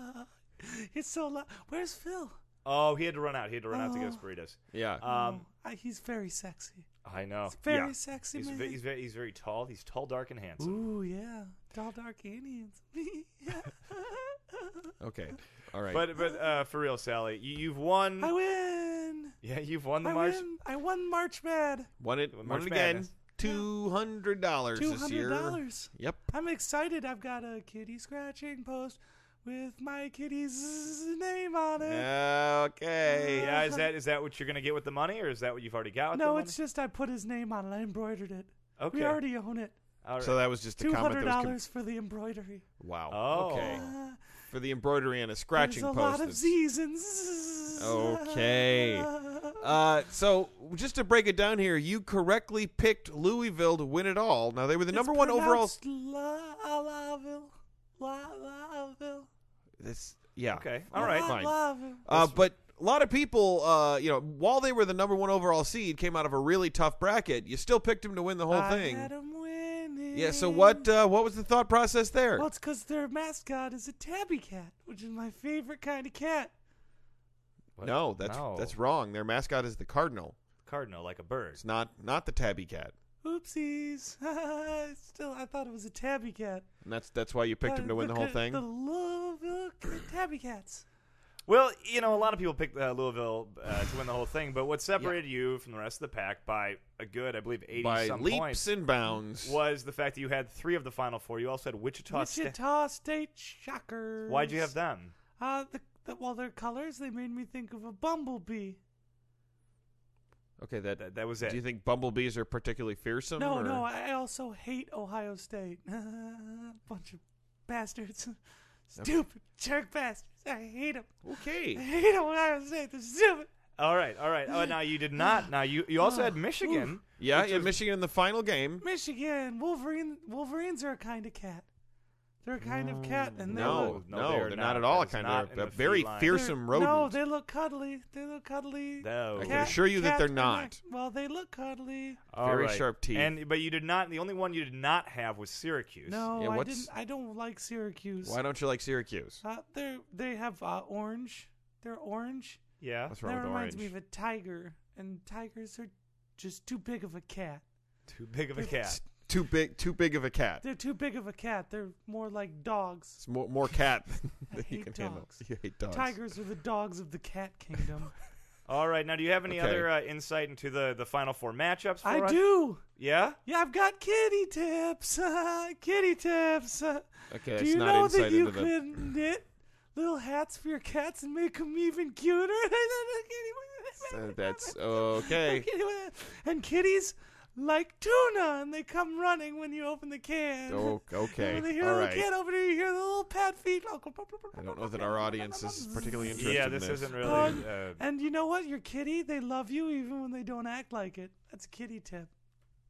[SPEAKER 5] It's so loud. Where's Phil?
[SPEAKER 3] oh, he had to run out. He had to run out to get us burritos.
[SPEAKER 1] Yeah.
[SPEAKER 3] Um,
[SPEAKER 5] Oh, I, he's very sexy.
[SPEAKER 1] Oh.
[SPEAKER 3] I know.
[SPEAKER 5] He's very
[SPEAKER 1] yeah.
[SPEAKER 5] sexy,
[SPEAKER 3] He's,
[SPEAKER 5] man.
[SPEAKER 3] ve- he's very he's very tall. He's tall, dark, and handsome.
[SPEAKER 5] Ooh, yeah. Tall, dark Indians.
[SPEAKER 1] okay. All right.
[SPEAKER 3] But but uh, for real, Sally, you, you've won.
[SPEAKER 5] I win.
[SPEAKER 3] yeah, you've won the
[SPEAKER 5] I
[SPEAKER 3] March.
[SPEAKER 5] win. I won March Mad.
[SPEAKER 1] won it. Won
[SPEAKER 3] March
[SPEAKER 1] it again.
[SPEAKER 3] Madness.
[SPEAKER 1] Two hundred dollars
[SPEAKER 5] Two
[SPEAKER 1] this
[SPEAKER 5] hundred
[SPEAKER 1] year.
[SPEAKER 5] dollars.
[SPEAKER 1] Yep.
[SPEAKER 5] I'm excited. I've got a kitty scratching post with my kitty's name on it.
[SPEAKER 1] Okay.
[SPEAKER 3] Yeah, is that is that what you're gonna get with the money, or is that what you've already got? With the
[SPEAKER 5] No,
[SPEAKER 3] money?
[SPEAKER 5] it's just I put his name on it. I embroidered it.
[SPEAKER 3] okay.
[SPEAKER 5] We already own it.
[SPEAKER 3] All right.
[SPEAKER 1] So that was just a
[SPEAKER 5] Two
[SPEAKER 1] comment
[SPEAKER 5] hundred
[SPEAKER 1] that was.
[SPEAKER 5] dollars for the embroidery.
[SPEAKER 1] com- wow.
[SPEAKER 3] Oh.
[SPEAKER 1] Okay.
[SPEAKER 5] Ah,
[SPEAKER 1] For the embroidery and a scratching
[SPEAKER 5] There's
[SPEAKER 1] post.
[SPEAKER 5] a lot of
[SPEAKER 1] that's-
[SPEAKER 5] Z's and Z's.
[SPEAKER 1] Okay.
[SPEAKER 5] Ah.
[SPEAKER 1] Uh, so just to break it down here, you correctly picked Louisville to win it all. Now they were the
[SPEAKER 5] It's
[SPEAKER 1] number one overall.
[SPEAKER 5] pronounced La Laville. La Laville.
[SPEAKER 1] This, yeah.
[SPEAKER 3] Okay. All right.
[SPEAKER 5] La
[SPEAKER 1] Fine.
[SPEAKER 5] Laville.
[SPEAKER 1] Uh, but a lot of people, uh, you know, while they were the number one overall seed, came out of a really tough bracket. You still picked them to win the whole
[SPEAKER 5] I
[SPEAKER 1] thing.
[SPEAKER 5] had 'em winning.
[SPEAKER 1] Yeah. So what? Uh, what was the thought process there?
[SPEAKER 5] Well, it's because their mascot is a tabby cat, which is my favorite kind of cat.
[SPEAKER 3] Oh. What?
[SPEAKER 1] no, that's
[SPEAKER 3] No.
[SPEAKER 1] that's wrong. Their mascot is the cardinal.
[SPEAKER 3] cardinal, like a bird.
[SPEAKER 1] It's not not the tabby cat.
[SPEAKER 5] Oopsies. Still, I thought it was a tabby cat.
[SPEAKER 1] And that's that's why you picked
[SPEAKER 5] Uh,
[SPEAKER 1] them to win the whole
[SPEAKER 5] c- The
[SPEAKER 1] thing.
[SPEAKER 5] love of tabby cats.
[SPEAKER 3] Well, you know, a lot of people picked uh, Louisville uh, to win the whole thing, but what separated you from the rest of the pack by a good, I believe, eighty
[SPEAKER 1] By
[SPEAKER 3] some
[SPEAKER 1] leaps
[SPEAKER 3] points
[SPEAKER 1] and bounds.
[SPEAKER 3] was the fact that you had three of the final four. You also had Wichita, State.
[SPEAKER 5] Wichita State Shockers.
[SPEAKER 3] Why'd you have them?
[SPEAKER 5] Uh, the, the, well, their colors, they made me think of a bumblebee.
[SPEAKER 1] Okay, that
[SPEAKER 3] That, that was it.
[SPEAKER 1] Do you think bumblebees are particularly fearsome?
[SPEAKER 5] No,
[SPEAKER 1] or-
[SPEAKER 5] no, I also hate Ohio State. Bunch of bastards. Stupid jerk bastards. I hate them. I
[SPEAKER 1] Okay.
[SPEAKER 5] hate Ohio State. They're stupid.
[SPEAKER 3] all right, all right. Oh, now you did not. Now you you also had Michigan.
[SPEAKER 1] Yeah, yeah. Michigan in the final game.
[SPEAKER 5] Michigan Wolverine. Wolverines are a kind of cat. They're a kind of cat, and they
[SPEAKER 1] No,
[SPEAKER 5] look.
[SPEAKER 3] look-
[SPEAKER 1] no,
[SPEAKER 3] no, they
[SPEAKER 1] they're, not,
[SPEAKER 3] are not.
[SPEAKER 1] at all.
[SPEAKER 3] That is
[SPEAKER 1] Kind
[SPEAKER 3] not
[SPEAKER 1] of
[SPEAKER 3] in
[SPEAKER 1] a
[SPEAKER 3] the
[SPEAKER 1] very
[SPEAKER 3] feline.
[SPEAKER 5] they're-
[SPEAKER 1] fearsome rodent.
[SPEAKER 5] No, they look cuddly. They look cuddly.
[SPEAKER 3] No. I can
[SPEAKER 1] assure you that
[SPEAKER 5] cat
[SPEAKER 1] they're
[SPEAKER 5] connect-
[SPEAKER 1] not.
[SPEAKER 5] Well, they look cuddly.
[SPEAKER 3] All
[SPEAKER 1] Very
[SPEAKER 3] right.
[SPEAKER 1] sharp teeth.
[SPEAKER 3] And but you did not. The only one you did not have was Syracuse.
[SPEAKER 5] No,
[SPEAKER 1] Yeah,
[SPEAKER 5] I
[SPEAKER 1] what's-
[SPEAKER 5] didn't. I don't like Syracuse.
[SPEAKER 1] Why don't you like Syracuse?
[SPEAKER 5] Uh, they they have uh, orange. They're orange.
[SPEAKER 3] Yeah.
[SPEAKER 1] What's wrong
[SPEAKER 5] that
[SPEAKER 1] with
[SPEAKER 5] reminds
[SPEAKER 1] orange?
[SPEAKER 5] me of a tiger, and tigers are just too big of a cat.
[SPEAKER 3] Too big of a cat.
[SPEAKER 1] It's too big, too big of a cat.
[SPEAKER 5] They're too big of a cat. They're more like dogs.
[SPEAKER 1] It's more, more cat
[SPEAKER 5] I
[SPEAKER 1] than you
[SPEAKER 5] hate
[SPEAKER 1] can handle.
[SPEAKER 5] dogs.
[SPEAKER 1] You hate dogs.
[SPEAKER 5] Tigers are the dogs of the cat kingdom.
[SPEAKER 3] All right. Now, do you have any
[SPEAKER 1] Okay.
[SPEAKER 3] other uh, insight into the the final four matchups? For
[SPEAKER 5] I
[SPEAKER 3] us?
[SPEAKER 5] do.
[SPEAKER 3] Yeah.
[SPEAKER 5] Yeah, I've got kitty tips. kitty tips.
[SPEAKER 1] Okay,
[SPEAKER 5] do
[SPEAKER 1] it's
[SPEAKER 5] you
[SPEAKER 1] not
[SPEAKER 5] know
[SPEAKER 1] insight
[SPEAKER 5] that you
[SPEAKER 1] into the-
[SPEAKER 5] could knit little hats for your cats and make them even cuter?
[SPEAKER 1] Uh, that's okay.
[SPEAKER 5] And kitties like tuna, and they come running when you open the can.
[SPEAKER 1] Oh,
[SPEAKER 5] And
[SPEAKER 1] okay.
[SPEAKER 5] when they hear
[SPEAKER 1] All
[SPEAKER 5] the
[SPEAKER 1] right.
[SPEAKER 5] can opener, you hear the little pat feet.
[SPEAKER 1] I don't know that our audience is particularly interested.
[SPEAKER 3] Yeah.
[SPEAKER 1] in
[SPEAKER 3] This isn't really.
[SPEAKER 5] Um,
[SPEAKER 3] uh,
[SPEAKER 5] And you know what? Your kitty, they love you even when they don't act like it. That's a kitty tip.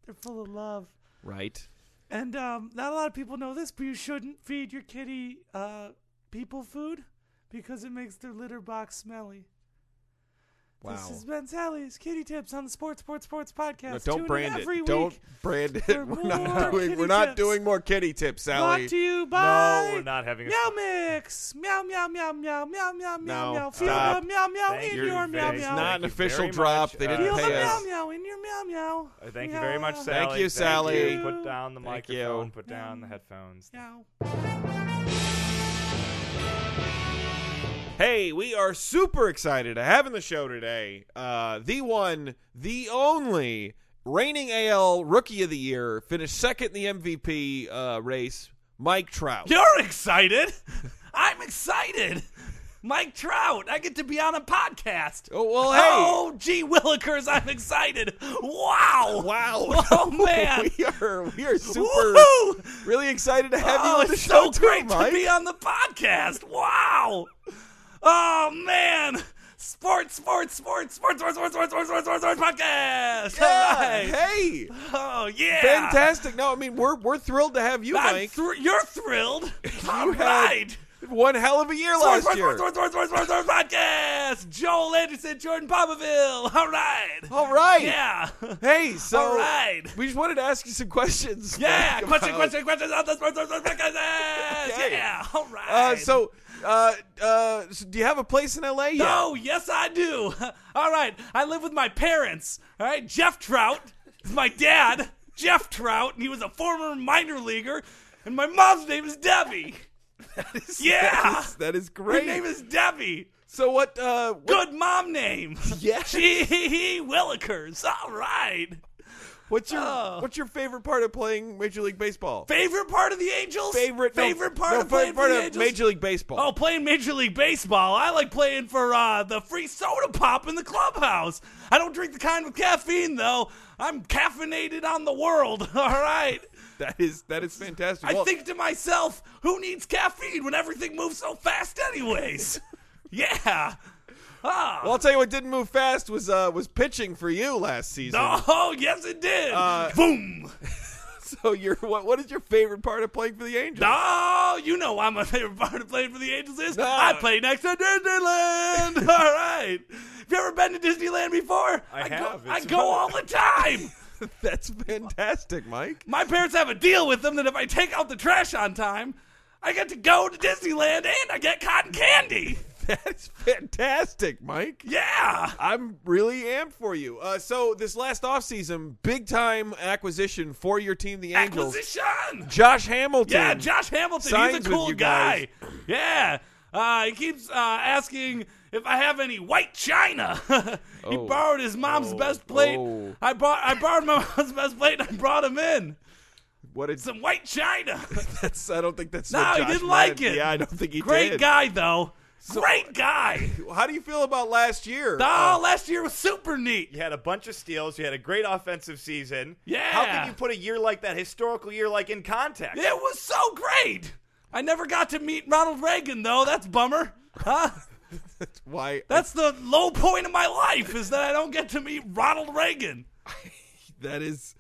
[SPEAKER 5] They're full of love.
[SPEAKER 1] right.
[SPEAKER 5] And um, not a lot of people know this, but you shouldn't feed your kitty uh, people food because it makes their litter box smelly.
[SPEAKER 1] Wow.
[SPEAKER 5] This has been Sally's Kitty Tips on the Sports Sports Sports Podcast.
[SPEAKER 1] No,
[SPEAKER 5] Tune
[SPEAKER 1] don't
[SPEAKER 5] in
[SPEAKER 1] brand
[SPEAKER 5] every
[SPEAKER 1] it.
[SPEAKER 5] Week.
[SPEAKER 1] Don't brand it.
[SPEAKER 5] for
[SPEAKER 1] We're not
[SPEAKER 5] more
[SPEAKER 1] doing.
[SPEAKER 5] kitty
[SPEAKER 1] We're not
[SPEAKER 5] tips.
[SPEAKER 1] doing more kitty tips, Sally.
[SPEAKER 5] Brought to you by
[SPEAKER 3] no, we're not having a.
[SPEAKER 5] Meow Mix. Meow meow meow meow meow meow meow
[SPEAKER 1] No,
[SPEAKER 5] meow. Feel
[SPEAKER 1] stop.
[SPEAKER 5] the meow meow
[SPEAKER 3] Thank
[SPEAKER 5] in
[SPEAKER 3] you
[SPEAKER 5] your meow
[SPEAKER 3] very
[SPEAKER 5] meow.
[SPEAKER 1] It's not
[SPEAKER 3] Thank
[SPEAKER 1] an
[SPEAKER 3] you
[SPEAKER 1] official
[SPEAKER 3] very
[SPEAKER 1] drop.
[SPEAKER 3] much.
[SPEAKER 1] They
[SPEAKER 3] Uh,
[SPEAKER 1] didn't
[SPEAKER 5] Feel the
[SPEAKER 1] pay
[SPEAKER 5] meow
[SPEAKER 1] us.
[SPEAKER 5] meow in your meow meow.
[SPEAKER 3] Uh, Thank you very much,
[SPEAKER 5] Meow.
[SPEAKER 3] Sally.
[SPEAKER 1] you, Sally.
[SPEAKER 3] Put down the
[SPEAKER 1] Thank you.
[SPEAKER 3] microphone. Put down the
[SPEAKER 5] Meow.
[SPEAKER 3] headphones.
[SPEAKER 5] Meow.
[SPEAKER 1] Hey, we are super excited to have in the show today uh, the one, the only reigning AL Rookie of the Year, finished second in the MVP uh, race, Mike Trout.
[SPEAKER 2] You're excited. I'm excited. Mike Trout, I get to be on a podcast.
[SPEAKER 1] Oh, well, hey.
[SPEAKER 2] Oh, gee willikers, I'm excited. Wow.
[SPEAKER 1] Wow!
[SPEAKER 2] Oh, man.
[SPEAKER 1] we are we are super
[SPEAKER 2] Woohoo.
[SPEAKER 1] really excited to have you
[SPEAKER 2] Oh,
[SPEAKER 1] on the
[SPEAKER 2] it's
[SPEAKER 1] show
[SPEAKER 2] so
[SPEAKER 1] too,
[SPEAKER 2] great
[SPEAKER 1] Mike.
[SPEAKER 2] to be on the podcast. Wow. Oh man. Sports, sports, sports, sports, sports, sports, sports, sports, sports, sports, sports podcast.
[SPEAKER 1] Yeah,
[SPEAKER 2] All right.
[SPEAKER 1] Hey,
[SPEAKER 2] Oh yeah.
[SPEAKER 1] fantastic! No, I mean we're we're thrilled to have you,
[SPEAKER 2] I'm
[SPEAKER 1] Mike.
[SPEAKER 2] thr- you're thrilled. All
[SPEAKER 1] You had
[SPEAKER 2] right.
[SPEAKER 1] One hell of a year
[SPEAKER 2] Sports,
[SPEAKER 1] last
[SPEAKER 2] sports,
[SPEAKER 1] year.
[SPEAKER 2] sports, sports, sports, sports, sports, sports podcast. Joel Anderson, Jordan Palmerville. All right.
[SPEAKER 1] All right.
[SPEAKER 2] Yeah.
[SPEAKER 1] Hey, so
[SPEAKER 2] All right.
[SPEAKER 1] we just wanted to ask you some questions.
[SPEAKER 2] Yeah.
[SPEAKER 1] Mike,
[SPEAKER 2] Question,
[SPEAKER 1] about-
[SPEAKER 2] question, questions on the sports, sports, sports podcast.
[SPEAKER 1] Okay.
[SPEAKER 2] Yeah. All right.
[SPEAKER 1] Uh, so, uh, uh, so do you have a place in LA yet?
[SPEAKER 2] No, yes, I do. All right, I live with my parents. All right, Jeff Trout is my dad, Jeff Trout, and he was a former minor leaguer. And my mom's name is Debbie. yeah,
[SPEAKER 1] That is, that is
[SPEAKER 2] her
[SPEAKER 1] great.
[SPEAKER 2] name is Debbie.
[SPEAKER 1] so what? Uh, what
[SPEAKER 2] Good mom name.
[SPEAKER 1] Yes.
[SPEAKER 2] Gee, Willikers. All right.
[SPEAKER 1] what's your
[SPEAKER 2] Oh.
[SPEAKER 1] what's your favorite part of playing Major League Baseball?
[SPEAKER 2] Favorite part of the Angels?
[SPEAKER 1] favorite no,
[SPEAKER 2] favorite part
[SPEAKER 1] no,
[SPEAKER 2] of playing
[SPEAKER 1] part
[SPEAKER 2] for the
[SPEAKER 1] of
[SPEAKER 2] Angels?
[SPEAKER 1] Major League Baseball.
[SPEAKER 2] Oh, playing Major League Baseball. I like playing for uh, the free soda pop in the clubhouse. I don't drink the kind with caffeine, though. I'm caffeinated on the world, all right?
[SPEAKER 1] that is that is fantastic.
[SPEAKER 2] I
[SPEAKER 1] Well,
[SPEAKER 2] think to myself, who needs caffeine when everything moves so fast, anyways? yeah. Ah.
[SPEAKER 1] Well, I'll tell you what didn't move fast was uh, was pitching for you last season.
[SPEAKER 2] Oh, yes, it did.
[SPEAKER 1] Uh,
[SPEAKER 2] Boom.
[SPEAKER 1] So your what what is your favorite part of playing for the Angels?
[SPEAKER 2] Oh, you know why my favorite part of playing for the Angels is
[SPEAKER 1] No.
[SPEAKER 2] I play next to Disneyland. all right. Have you ever been to Disneyland before?
[SPEAKER 3] I
[SPEAKER 2] Go,
[SPEAKER 3] have.
[SPEAKER 2] I
[SPEAKER 3] It's-
[SPEAKER 2] go all the time.
[SPEAKER 1] That's fantastic, Mike.
[SPEAKER 2] My parents have a deal with them that if I take out the trash on time, I get to go to Disneyland and I get cotton candy.
[SPEAKER 1] That's fantastic, Mike.
[SPEAKER 2] Yeah.
[SPEAKER 1] I'm really am for you. Uh, so this last offseason, big time acquisition for your team, the Angels.
[SPEAKER 2] Acquisition.
[SPEAKER 1] Josh Hamilton.
[SPEAKER 2] Yeah, Josh Hamilton.
[SPEAKER 1] signs
[SPEAKER 2] He's a
[SPEAKER 1] with
[SPEAKER 2] cool
[SPEAKER 1] you
[SPEAKER 2] guy.
[SPEAKER 1] guys.
[SPEAKER 2] Yeah. Uh, he keeps uh, asking if I have any white china. he
[SPEAKER 1] Oh.
[SPEAKER 2] borrowed his mom's
[SPEAKER 1] Oh.
[SPEAKER 2] best plate.
[SPEAKER 1] Oh.
[SPEAKER 2] I bought. I borrowed my mom's best plate and I brought him in
[SPEAKER 1] What a,
[SPEAKER 2] some white china.
[SPEAKER 1] that's, I don't think that's.
[SPEAKER 2] No,
[SPEAKER 1] what
[SPEAKER 2] he
[SPEAKER 1] Josh
[SPEAKER 2] didn't
[SPEAKER 1] meant.
[SPEAKER 2] like it.
[SPEAKER 1] Yeah, I don't think he
[SPEAKER 2] Great
[SPEAKER 1] did.
[SPEAKER 2] guy though. Great guy.
[SPEAKER 1] How do you feel about last year?
[SPEAKER 2] Oh, last year was super neat.
[SPEAKER 3] You had a bunch of steals. You had a great offensive season.
[SPEAKER 2] Yeah.
[SPEAKER 3] How can you put a year like that, historical year like, in context?
[SPEAKER 2] It was so great. I never got to meet Ronald Reagan though. That's a bummer. Huh?
[SPEAKER 1] Why?
[SPEAKER 2] That's the low point of my life is that I don't get to meet Ronald Reagan.
[SPEAKER 1] That is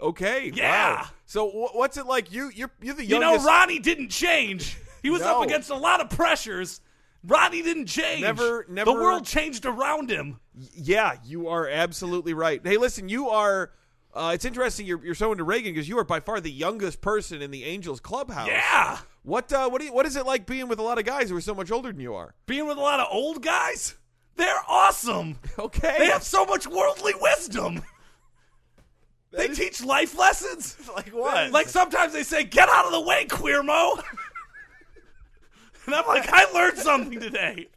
[SPEAKER 1] okay.
[SPEAKER 2] Yeah.
[SPEAKER 1] Wow. So wh- what's it like? You you're you're the
[SPEAKER 2] You know,
[SPEAKER 1] youngest.
[SPEAKER 2] Ronnie didn't change. He was
[SPEAKER 1] No.
[SPEAKER 2] up against a lot of pressures. Ronnie didn't change.
[SPEAKER 1] Never-
[SPEAKER 2] The
[SPEAKER 1] never-
[SPEAKER 2] world changed around him.
[SPEAKER 1] yeah, you are absolutely right. Hey, listen, you are. Uh, it's interesting you're, you're so into Reagan because you are by far the youngest person in the Angels clubhouse.
[SPEAKER 2] Yeah.
[SPEAKER 1] What uh, what do you, what is it like being with a lot of guys who are so much older than you are?
[SPEAKER 2] Being with a lot of old guys, they're awesome.
[SPEAKER 1] Okay.
[SPEAKER 2] They have so much worldly wisdom. They
[SPEAKER 1] is-
[SPEAKER 2] teach life lessons.
[SPEAKER 3] Like what?
[SPEAKER 2] Like sometimes they say, "Get out of the way, Queermo," and I'm like, "I learned something today.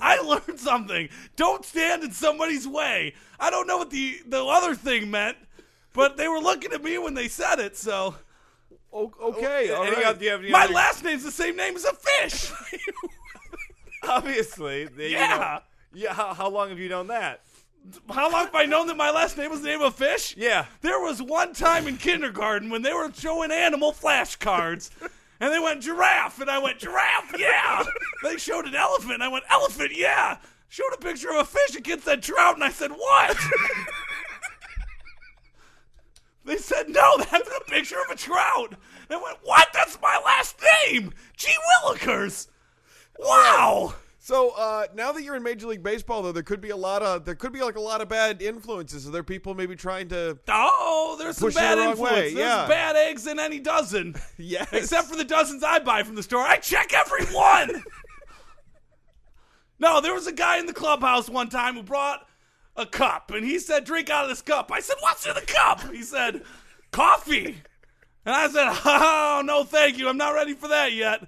[SPEAKER 2] I learned something. Don't stand in somebody's way." I don't know what the the other thing meant, but they were looking at me when they said it. So
[SPEAKER 1] O- okay. all
[SPEAKER 3] Any
[SPEAKER 1] right.
[SPEAKER 3] oth- do you have any
[SPEAKER 2] my
[SPEAKER 3] other-
[SPEAKER 2] last name's the same name as a fish.
[SPEAKER 3] Obviously. They, you know-
[SPEAKER 2] Yeah.
[SPEAKER 3] yeah. How, how long have you known that?
[SPEAKER 2] How long have I known that my last name was the name of a fish?
[SPEAKER 3] Yeah.
[SPEAKER 2] There was one time in kindergarten when they were showing animal flashcards, and they went giraffe, and I went giraffe, yeah. they showed an elephant, and I went elephant, yeah. Showed a picture of a fish, a kid said trout, and I said what? they said no, that's a picture of a trout. And I went what? That's my last name. Gee willikers! Wow.
[SPEAKER 1] So uh, now that you're in Major League Baseball, though, there could be a lot of there could be like a lot of bad influences. Are there people maybe trying to?
[SPEAKER 2] Oh, there's some
[SPEAKER 1] Pushing the
[SPEAKER 2] bad
[SPEAKER 1] wrong
[SPEAKER 2] influence. There's
[SPEAKER 1] way, yeah.
[SPEAKER 2] bad eggs in any dozen.
[SPEAKER 1] Yes.
[SPEAKER 2] Except for the dozens I buy from the store. I check every one. no, there was a guy in the clubhouse one time who brought a cup and he said, Drink out of this cup. I said, What's in the cup? He said, Coffee. And I said, Oh, no, thank you. I'm not ready for that yet.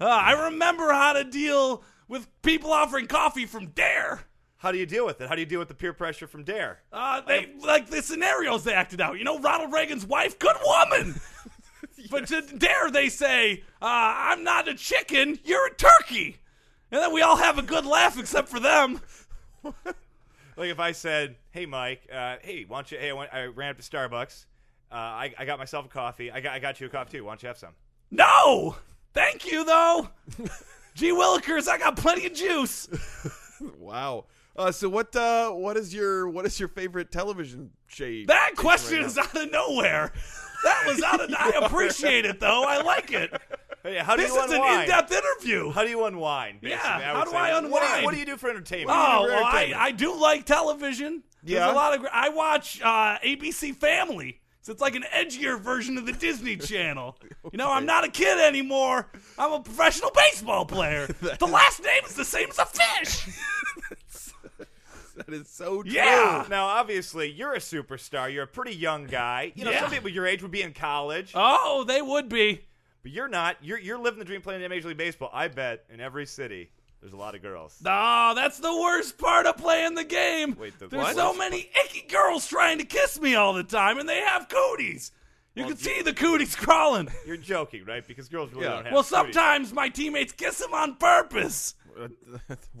[SPEAKER 2] Uh, I remember how to deal with people offering coffee from Dare.
[SPEAKER 3] How do you deal with it? How do you deal with the peer pressure from Dare?
[SPEAKER 2] Uh, they like the scenarios they acted out. You know, Ronald Reagan's wife, good woman. But to Dare, they say, uh, "I'm not a chicken. You're a turkey." And then we all have a good laugh, except for them.
[SPEAKER 3] Like if I said, "Hey Mike, uh, hey, why don't you? Hey, I, went, I ran up to Starbucks. Uh, I, I got myself a coffee. I got, I got you a coffee too. Why don't you have some?"
[SPEAKER 2] No, thank you though. Gee Willikers, I got plenty of juice.
[SPEAKER 1] Wow. Uh, so what uh, what is your what is your favorite television shade?
[SPEAKER 2] That question is out of nowhere. That was out of. I appreciate it though. I like it.
[SPEAKER 3] Hey, how do
[SPEAKER 2] This
[SPEAKER 3] you
[SPEAKER 2] is
[SPEAKER 3] unwind?
[SPEAKER 2] an in-depth interview.
[SPEAKER 3] How do you unwind? Basically,
[SPEAKER 2] Yeah,
[SPEAKER 3] I would
[SPEAKER 2] how do
[SPEAKER 3] say.
[SPEAKER 2] I
[SPEAKER 3] What do,
[SPEAKER 2] unwind?
[SPEAKER 3] you, what do you do for entertainment?
[SPEAKER 2] Oh,
[SPEAKER 3] What do you do
[SPEAKER 2] well,
[SPEAKER 3] for
[SPEAKER 2] I,
[SPEAKER 3] entertainment?
[SPEAKER 2] I do like television. There's
[SPEAKER 1] Yeah.
[SPEAKER 2] a lot of. gr- I watch uh, ABC Family. So it's like an edgier version of the Disney Channel. You know, I'm not a kid anymore. I'm a professional baseball player. the last name is the same as a fish.
[SPEAKER 1] That is so true.
[SPEAKER 2] Yeah.
[SPEAKER 3] now, obviously, you're a superstar. You're a pretty young guy. You know,
[SPEAKER 2] Yeah.
[SPEAKER 3] some people your age would be in college,
[SPEAKER 2] oh, they would be.
[SPEAKER 3] but you're not. You're you're living the dream playing in Major League Baseball. I bet in every city there's a lot of girls.
[SPEAKER 2] Oh, that's the worst part of playing the game.
[SPEAKER 3] Wait, the
[SPEAKER 2] There's
[SPEAKER 3] what?
[SPEAKER 2] so many icky girls trying to kiss me all the time, and they have cooties. You can see the cooties crawling.
[SPEAKER 3] You're joking, right? Because girls really
[SPEAKER 1] Yeah.
[SPEAKER 3] don't have.
[SPEAKER 2] Well,
[SPEAKER 3] cooties.
[SPEAKER 2] sometimes my teammates kiss them on purpose.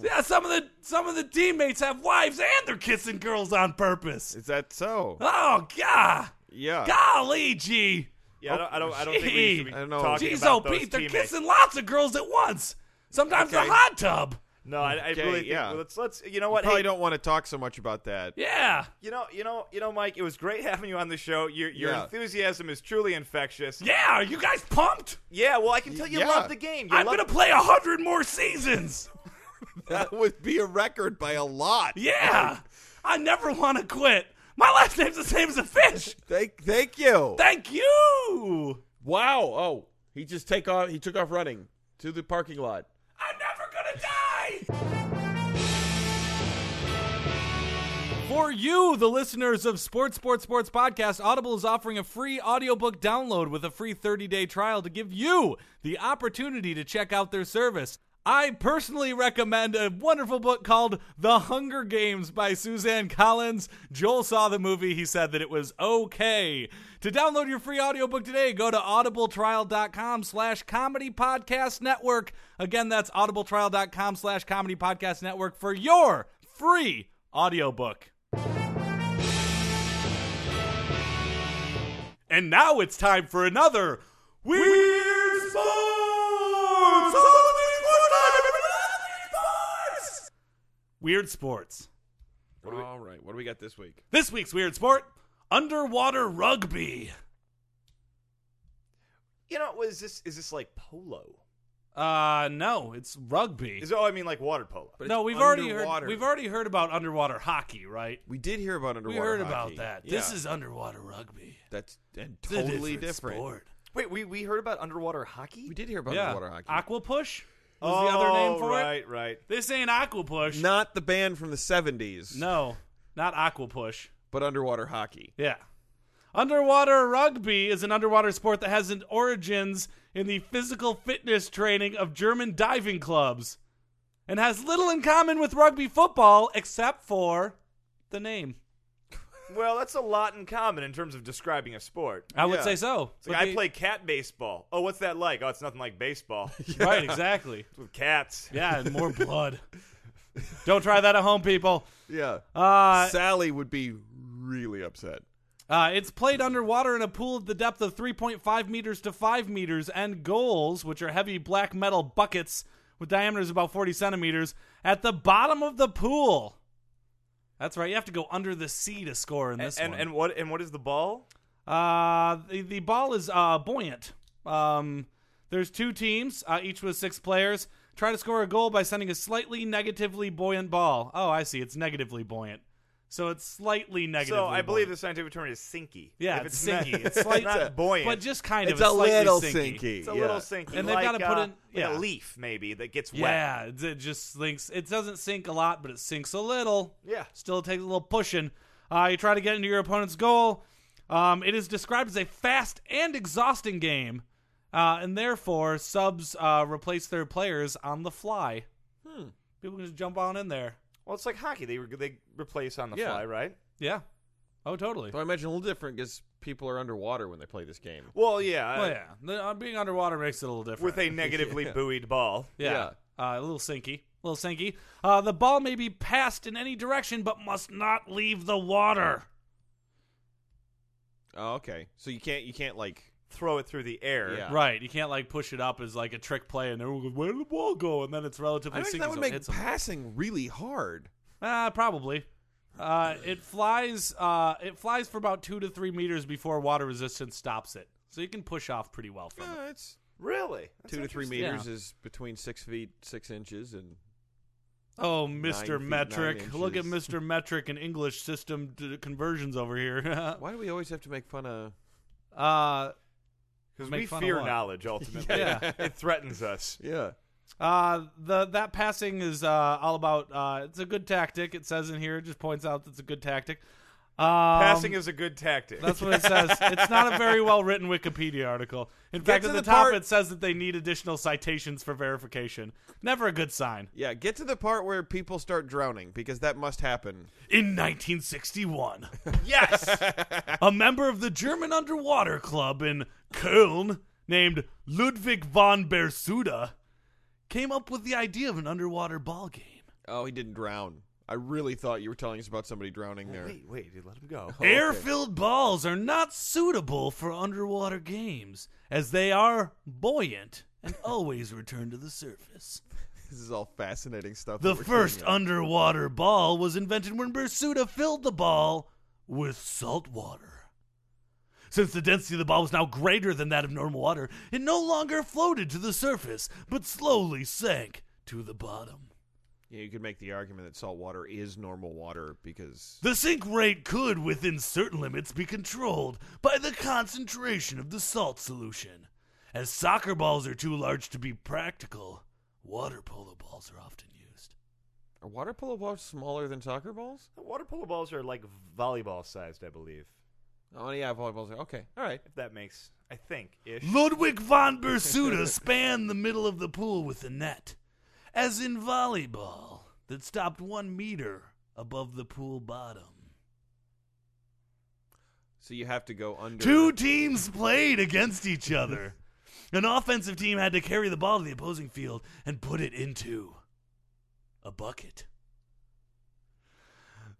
[SPEAKER 2] Yeah, some of the some of the teammates have wives and they're kissing girls on purpose.
[SPEAKER 1] is that so?
[SPEAKER 2] Oh god,
[SPEAKER 3] Uh,
[SPEAKER 1] Yeah.
[SPEAKER 2] golly gee,
[SPEAKER 3] Yeah, I don't. I don't, I don't think we should be
[SPEAKER 2] Gee.
[SPEAKER 1] I don't know.
[SPEAKER 3] talking
[SPEAKER 2] jeez, oh
[SPEAKER 3] about those
[SPEAKER 2] Pete, they're
[SPEAKER 3] teammates.
[SPEAKER 2] kissing lots of girls at once. Sometimes
[SPEAKER 1] Okay.
[SPEAKER 2] the hot tub.
[SPEAKER 3] No, I, I
[SPEAKER 1] Okay,
[SPEAKER 3] really think
[SPEAKER 1] yeah.
[SPEAKER 3] let's let's. You know what?
[SPEAKER 1] Probably
[SPEAKER 3] Hey,
[SPEAKER 1] don't want to talk so much about that.
[SPEAKER 2] Yeah,
[SPEAKER 3] you know, you know, you know, Mike. It was great having you on the show. Your your
[SPEAKER 1] Yeah.
[SPEAKER 3] enthusiasm is truly infectious.
[SPEAKER 2] yeah. Are you guys pumped?
[SPEAKER 3] Yeah, well, I can tell you
[SPEAKER 1] Yeah.
[SPEAKER 3] love the game. You
[SPEAKER 2] I'm
[SPEAKER 3] love-
[SPEAKER 2] gonna play a hundred more seasons.
[SPEAKER 1] That would be a record by a lot.
[SPEAKER 2] Yeah, I never want to quit. My last name's the same as a fish.
[SPEAKER 1] Thank thank you.
[SPEAKER 2] Thank you.
[SPEAKER 1] wow. Oh, he just take off. He took off running to the parking lot.
[SPEAKER 2] I'm never gonna die! For you, the listeners of Sports Sports Sports Podcast, Audible is offering a free audiobook download with a free 30-day trial to give you the opportunity to check out their service. I personally recommend a wonderful book called The Hunger Games by Suzanne Collins. Joel saw the movie, he said that it was okay. To download your free audiobook today, go to audibletrial.com slash comedy podcast network. Again, that's audibletrial.com slash comedy podcast network for your free audiobook. And now it's time for another Weird Sports! Weird Sports.
[SPEAKER 1] What do we, All right. What do we got this week?
[SPEAKER 2] This week's Weird Sport Underwater Rugby.
[SPEAKER 3] you know, is this is this like polo?
[SPEAKER 2] Uh, no, it's rugby.
[SPEAKER 3] Is it, oh, I mean like water polo.
[SPEAKER 1] But
[SPEAKER 2] no,
[SPEAKER 1] it's
[SPEAKER 2] we've already
[SPEAKER 1] underwater.
[SPEAKER 2] heard. We've already heard about underwater hockey, right?
[SPEAKER 1] We did hear about
[SPEAKER 2] We
[SPEAKER 1] underwater.
[SPEAKER 2] heard
[SPEAKER 1] hockey.
[SPEAKER 2] about that.
[SPEAKER 1] Yeah.
[SPEAKER 2] This is underwater rugby.
[SPEAKER 1] that's and
[SPEAKER 2] It's a
[SPEAKER 1] totally
[SPEAKER 2] different. Sport.
[SPEAKER 3] Wait, we we heard about underwater hockey.
[SPEAKER 1] We did hear about
[SPEAKER 2] yeah,
[SPEAKER 1] underwater hockey.
[SPEAKER 2] aqua push was
[SPEAKER 3] oh,
[SPEAKER 2] the other name for it.
[SPEAKER 3] right, right.
[SPEAKER 2] This ain't aqua push.
[SPEAKER 1] Not the band from the '70s.
[SPEAKER 2] no, not aqua push.
[SPEAKER 1] but underwater hockey.
[SPEAKER 2] Yeah. Underwater rugby is an underwater sport that has its origins in the physical fitness training of German diving clubs and has little in common with rugby football except for the name.
[SPEAKER 3] Well, that's a lot in common in terms of describing a sport.
[SPEAKER 2] I would
[SPEAKER 1] Yeah.
[SPEAKER 2] say so.
[SPEAKER 3] It's like
[SPEAKER 2] But
[SPEAKER 3] I
[SPEAKER 2] the-
[SPEAKER 3] play cat baseball. Oh, what's that like? Oh, it's nothing like baseball
[SPEAKER 2] Right, exactly.
[SPEAKER 3] with cats.
[SPEAKER 2] Yeah, and more blood. Don't try that at home, people.
[SPEAKER 1] Yeah.
[SPEAKER 2] Uh,
[SPEAKER 1] Sally would be really upset.
[SPEAKER 2] Uh, it's played underwater in a pool of the depth of 3.5 meters to 5 meters, and goals, which are heavy black metal buckets with diameters about 40 centimeters, at the bottom of the pool. That's right. You have to go under the sea to score in
[SPEAKER 3] And,
[SPEAKER 2] this
[SPEAKER 3] and
[SPEAKER 2] one.
[SPEAKER 3] and what and what is the ball?
[SPEAKER 2] uh, the, the ball is uh, buoyant. Um, there's two teams, uh, each with six players. Try to score a goal by sending a slightly negatively buoyant ball. Oh, I see. It's negatively buoyant. So it's slightly negative.
[SPEAKER 3] So I believe the scientific term is sinky.
[SPEAKER 2] Yeah,
[SPEAKER 3] If
[SPEAKER 2] it's
[SPEAKER 3] not-
[SPEAKER 2] sinky. It's like-
[SPEAKER 3] not buoyant.
[SPEAKER 2] but just kind of.
[SPEAKER 1] it's a
[SPEAKER 2] slightly
[SPEAKER 1] little
[SPEAKER 2] sinky.
[SPEAKER 1] sinky.
[SPEAKER 3] it's a
[SPEAKER 1] yeah.
[SPEAKER 3] little sinky.
[SPEAKER 2] And they've
[SPEAKER 3] like,
[SPEAKER 2] gotta put
[SPEAKER 3] uh,
[SPEAKER 2] in-
[SPEAKER 3] like
[SPEAKER 2] yeah.
[SPEAKER 3] a leaf maybe that gets wet.
[SPEAKER 2] Yeah, it- it just sinks. It doesn't sink a lot, but it sinks a little.
[SPEAKER 3] Yeah.
[SPEAKER 2] Still takes a little pushing. Uh, you try to get into your opponent's goal. Um, it is described as a fast and exhausting game, uh, and therefore subs uh, replace their players on the fly.
[SPEAKER 1] Hmm.
[SPEAKER 2] People can just jump on in there.
[SPEAKER 3] Well, it's like hockey. They re- they replace on the
[SPEAKER 1] Yeah.
[SPEAKER 3] fly, right?
[SPEAKER 2] Yeah. Oh, totally.
[SPEAKER 1] Though I imagine a little different because people are underwater when they play this game.
[SPEAKER 3] Well, yeah.
[SPEAKER 2] well,
[SPEAKER 3] uh,
[SPEAKER 2] yeah. The- uh, being underwater makes it a little different.
[SPEAKER 3] With a negatively buoyed ball.
[SPEAKER 2] Yeah. Uh, a little sinky. A little sinky. Uh, the ball may be passed in any direction, but must not leave the water.
[SPEAKER 1] Oh, okay. So you can't you can't like
[SPEAKER 3] Throw it through the air.
[SPEAKER 1] Yeah.
[SPEAKER 2] Right. You can't, like, push it up as, like, a trick play, and everyone goes, where did the ball go? And then it's relatively
[SPEAKER 1] I think
[SPEAKER 2] sinky.
[SPEAKER 1] that
[SPEAKER 2] so
[SPEAKER 1] would
[SPEAKER 2] it
[SPEAKER 1] make
[SPEAKER 2] hits them.
[SPEAKER 1] passing really hard.
[SPEAKER 2] Uh, probably. Uh, it flies. Uh, it flies for about two to three meters before water resistance stops it, so you can push off pretty well from it.
[SPEAKER 1] Yeah, it's
[SPEAKER 3] Really? That's
[SPEAKER 1] two to three
[SPEAKER 3] interesting.
[SPEAKER 1] meters is between six feet six inches and
[SPEAKER 2] Oh, Mister
[SPEAKER 1] feet, nine
[SPEAKER 2] Metric! Look at
[SPEAKER 1] inches.
[SPEAKER 2] Mister Metric and English system d- conversions over here.
[SPEAKER 1] why do we always have to make fun of
[SPEAKER 2] uh,
[SPEAKER 3] Because
[SPEAKER 2] Make
[SPEAKER 3] we
[SPEAKER 2] fun of
[SPEAKER 3] fear
[SPEAKER 2] what?
[SPEAKER 3] knowledge, ultimately.
[SPEAKER 2] Yeah.
[SPEAKER 3] it threatens us.
[SPEAKER 1] yeah
[SPEAKER 2] uh, the that passing is uh, all about. Uh, it's a good tactic. It says in here. It just points out that's a good tactic. Um,
[SPEAKER 3] Passing is a good tactic.
[SPEAKER 2] That's what it says. It's not a very well written Wikipedia article. In fact,
[SPEAKER 1] to
[SPEAKER 2] at the,
[SPEAKER 1] the
[SPEAKER 2] top
[SPEAKER 1] part-
[SPEAKER 2] it says that they need additional citations for verification. Never a good sign.
[SPEAKER 1] yeah get to the part where people start drowning because that must happen
[SPEAKER 2] In 1961,
[SPEAKER 3] yes!
[SPEAKER 2] a member of the German underwater club in Köln named Ludwig von Bersuda came up with the idea of an underwater ball game.
[SPEAKER 1] oh he didn't drown i really thought you were telling us about somebody drowning there
[SPEAKER 3] wait, wait, dude, let him go.
[SPEAKER 2] Air filled balls are not suitable for underwater games as they are buoyant and always return to the surface.
[SPEAKER 1] this is all fascinating stuff
[SPEAKER 2] The
[SPEAKER 1] that we're doing
[SPEAKER 2] first
[SPEAKER 1] now.
[SPEAKER 2] underwater ball was invented when Bersuda filled the ball with salt water. Since the density of the ball was now greater than that of normal water, it no longer floated to the surface, but slowly sank to the bottom.
[SPEAKER 1] yeah, you could make the argument that salt water is normal water because
[SPEAKER 2] The sink rate could, within certain limits, be controlled by the concentration of the salt solution. As soccer balls are too large to be practical, water polo balls are often used.
[SPEAKER 1] are water polo balls smaller than soccer balls
[SPEAKER 3] Water polo balls are like volleyball sized, I believe.
[SPEAKER 1] oh yeah volleyballs are okay all right
[SPEAKER 3] If that makes, I think, ish.
[SPEAKER 2] Ludwig von Bersuda spanned the middle of the pool with a net, as in volleyball, that stopped one meter above the pool bottom.
[SPEAKER 1] so you have to go under
[SPEAKER 2] Two teams played against each other. An offensive team had to carry the ball to the opposing field and put it into a bucket.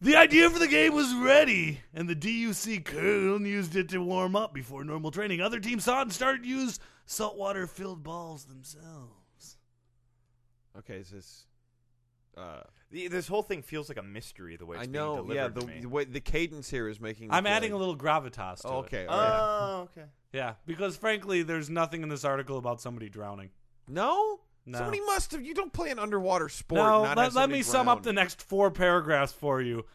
[SPEAKER 2] The idea for the game was ready, and the DUC Köln used it to warm up before normal training. Other teams saw it and started to use saltwater filled balls themselves.
[SPEAKER 1] okay is this uh
[SPEAKER 3] The- This whole thing feels like a mystery the way it's
[SPEAKER 1] I know.
[SPEAKER 3] being delivered
[SPEAKER 1] Yeah, the,
[SPEAKER 3] to me.
[SPEAKER 1] the way the cadence here is making. me
[SPEAKER 2] I'm
[SPEAKER 1] feel
[SPEAKER 2] adding a
[SPEAKER 1] like-
[SPEAKER 2] little gravitas to
[SPEAKER 1] Oh,
[SPEAKER 2] it.
[SPEAKER 1] okay. all right.
[SPEAKER 3] oh, okay.
[SPEAKER 2] Yeah, because frankly, there's nothing in this article about somebody drowning.
[SPEAKER 1] no?
[SPEAKER 2] No.
[SPEAKER 1] Somebody must have. You don't play an underwater sport. and
[SPEAKER 2] No,
[SPEAKER 1] not
[SPEAKER 2] let,
[SPEAKER 1] have
[SPEAKER 2] let
[SPEAKER 1] somebody
[SPEAKER 2] me sum up the
[SPEAKER 1] drown.
[SPEAKER 2] next four paragraphs for you.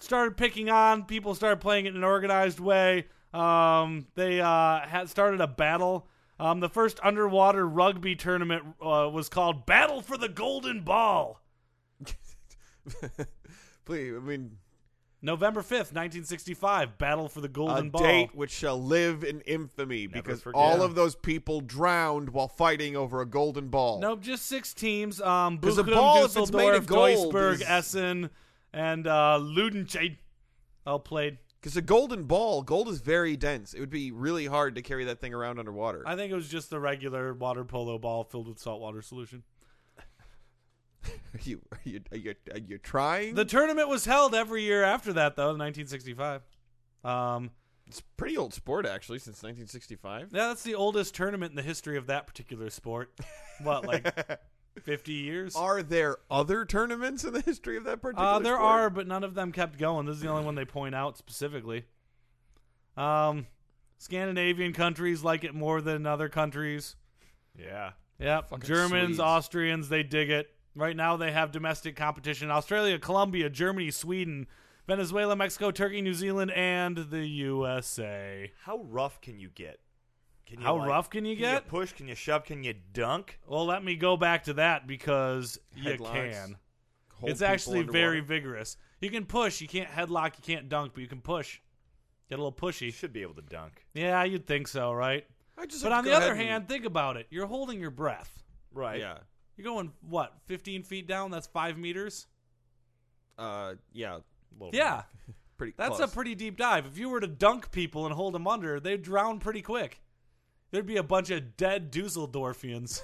[SPEAKER 2] started picking on people. Started playing it in an organized way. Um, they uh, had started a battle. Um, the first underwater rugby tournament uh, was called Battle for the Golden Ball,
[SPEAKER 1] Please, I mean,
[SPEAKER 2] November fifth, nineteen sixty-five. Battle for the Golden
[SPEAKER 1] a
[SPEAKER 2] Ball.
[SPEAKER 1] date which shall live in infamy
[SPEAKER 3] Never
[SPEAKER 1] because
[SPEAKER 3] forget.
[SPEAKER 1] all of those people drowned while fighting over a golden ball.
[SPEAKER 2] Nope, just six teams. Um,
[SPEAKER 1] 'Cause a
[SPEAKER 2] Bochum,
[SPEAKER 1] ball, if it's made
[SPEAKER 2] Dusseldorf,
[SPEAKER 1] of gold,
[SPEAKER 2] Duisburg,
[SPEAKER 1] is-
[SPEAKER 2] Essen, and uh, Ludenscheid. All played.
[SPEAKER 1] because a golden ball, gold is very dense. It would be really hard to carry that thing around underwater.
[SPEAKER 2] I think it was just the regular water polo ball filled with saltwater solution.
[SPEAKER 1] Are you, are you, are you, are you trying?
[SPEAKER 2] The tournament was held every year after that, though, in 1965. Um,
[SPEAKER 1] it's a pretty old sport actually, since 1965.
[SPEAKER 2] yeah, that's the oldest tournament in the history of that particular sport. What, like 50 years?
[SPEAKER 1] Are there other tournaments in the history of that particular?
[SPEAKER 2] Uh, there
[SPEAKER 1] sport?
[SPEAKER 2] are, but none of them kept going. This is the only one they point out specifically. Um, Scandinavian countries like it more than other countries.
[SPEAKER 3] Yeah.
[SPEAKER 2] Yep.
[SPEAKER 1] Fucking
[SPEAKER 2] Germans,
[SPEAKER 1] Swedes.
[SPEAKER 2] Austrians, they dig it. Right now they have domestic competition. Australia, Colombia, Germany, Sweden, Venezuela, Mexico, Turkey, New Zealand, and the USA.
[SPEAKER 3] How rough can you get? Can
[SPEAKER 2] How rough can you get?
[SPEAKER 3] push? Can you shove? Can you dunk?
[SPEAKER 2] Well, let me go back to that because
[SPEAKER 1] Headlocks.
[SPEAKER 2] you can.
[SPEAKER 1] Hold
[SPEAKER 2] it's
[SPEAKER 1] people
[SPEAKER 2] actually very
[SPEAKER 1] underwater.
[SPEAKER 2] vigorous. You can push. You can't headlock. You can't dunk, but you can push. Get a little
[SPEAKER 3] You
[SPEAKER 2] pushy.
[SPEAKER 3] should be able to dunk.
[SPEAKER 2] Yeah, you'd think so, right?
[SPEAKER 1] I just
[SPEAKER 2] But
[SPEAKER 1] have
[SPEAKER 2] on
[SPEAKER 1] to
[SPEAKER 2] the
[SPEAKER 1] go
[SPEAKER 2] other
[SPEAKER 1] ahead and-
[SPEAKER 2] hand, think about it. You're holding your breath.
[SPEAKER 3] Right.
[SPEAKER 1] yeah,
[SPEAKER 2] You're going what, 15 feet down? That's five meters.
[SPEAKER 1] uh, yeah,
[SPEAKER 3] Little bit.
[SPEAKER 2] Yeah,
[SPEAKER 1] pretty.
[SPEAKER 2] that's
[SPEAKER 1] close.
[SPEAKER 2] a pretty deep dive. If you were to dunk people and hold them under, they'd drown pretty quick. There'd be a bunch of dead Dusseldorfians.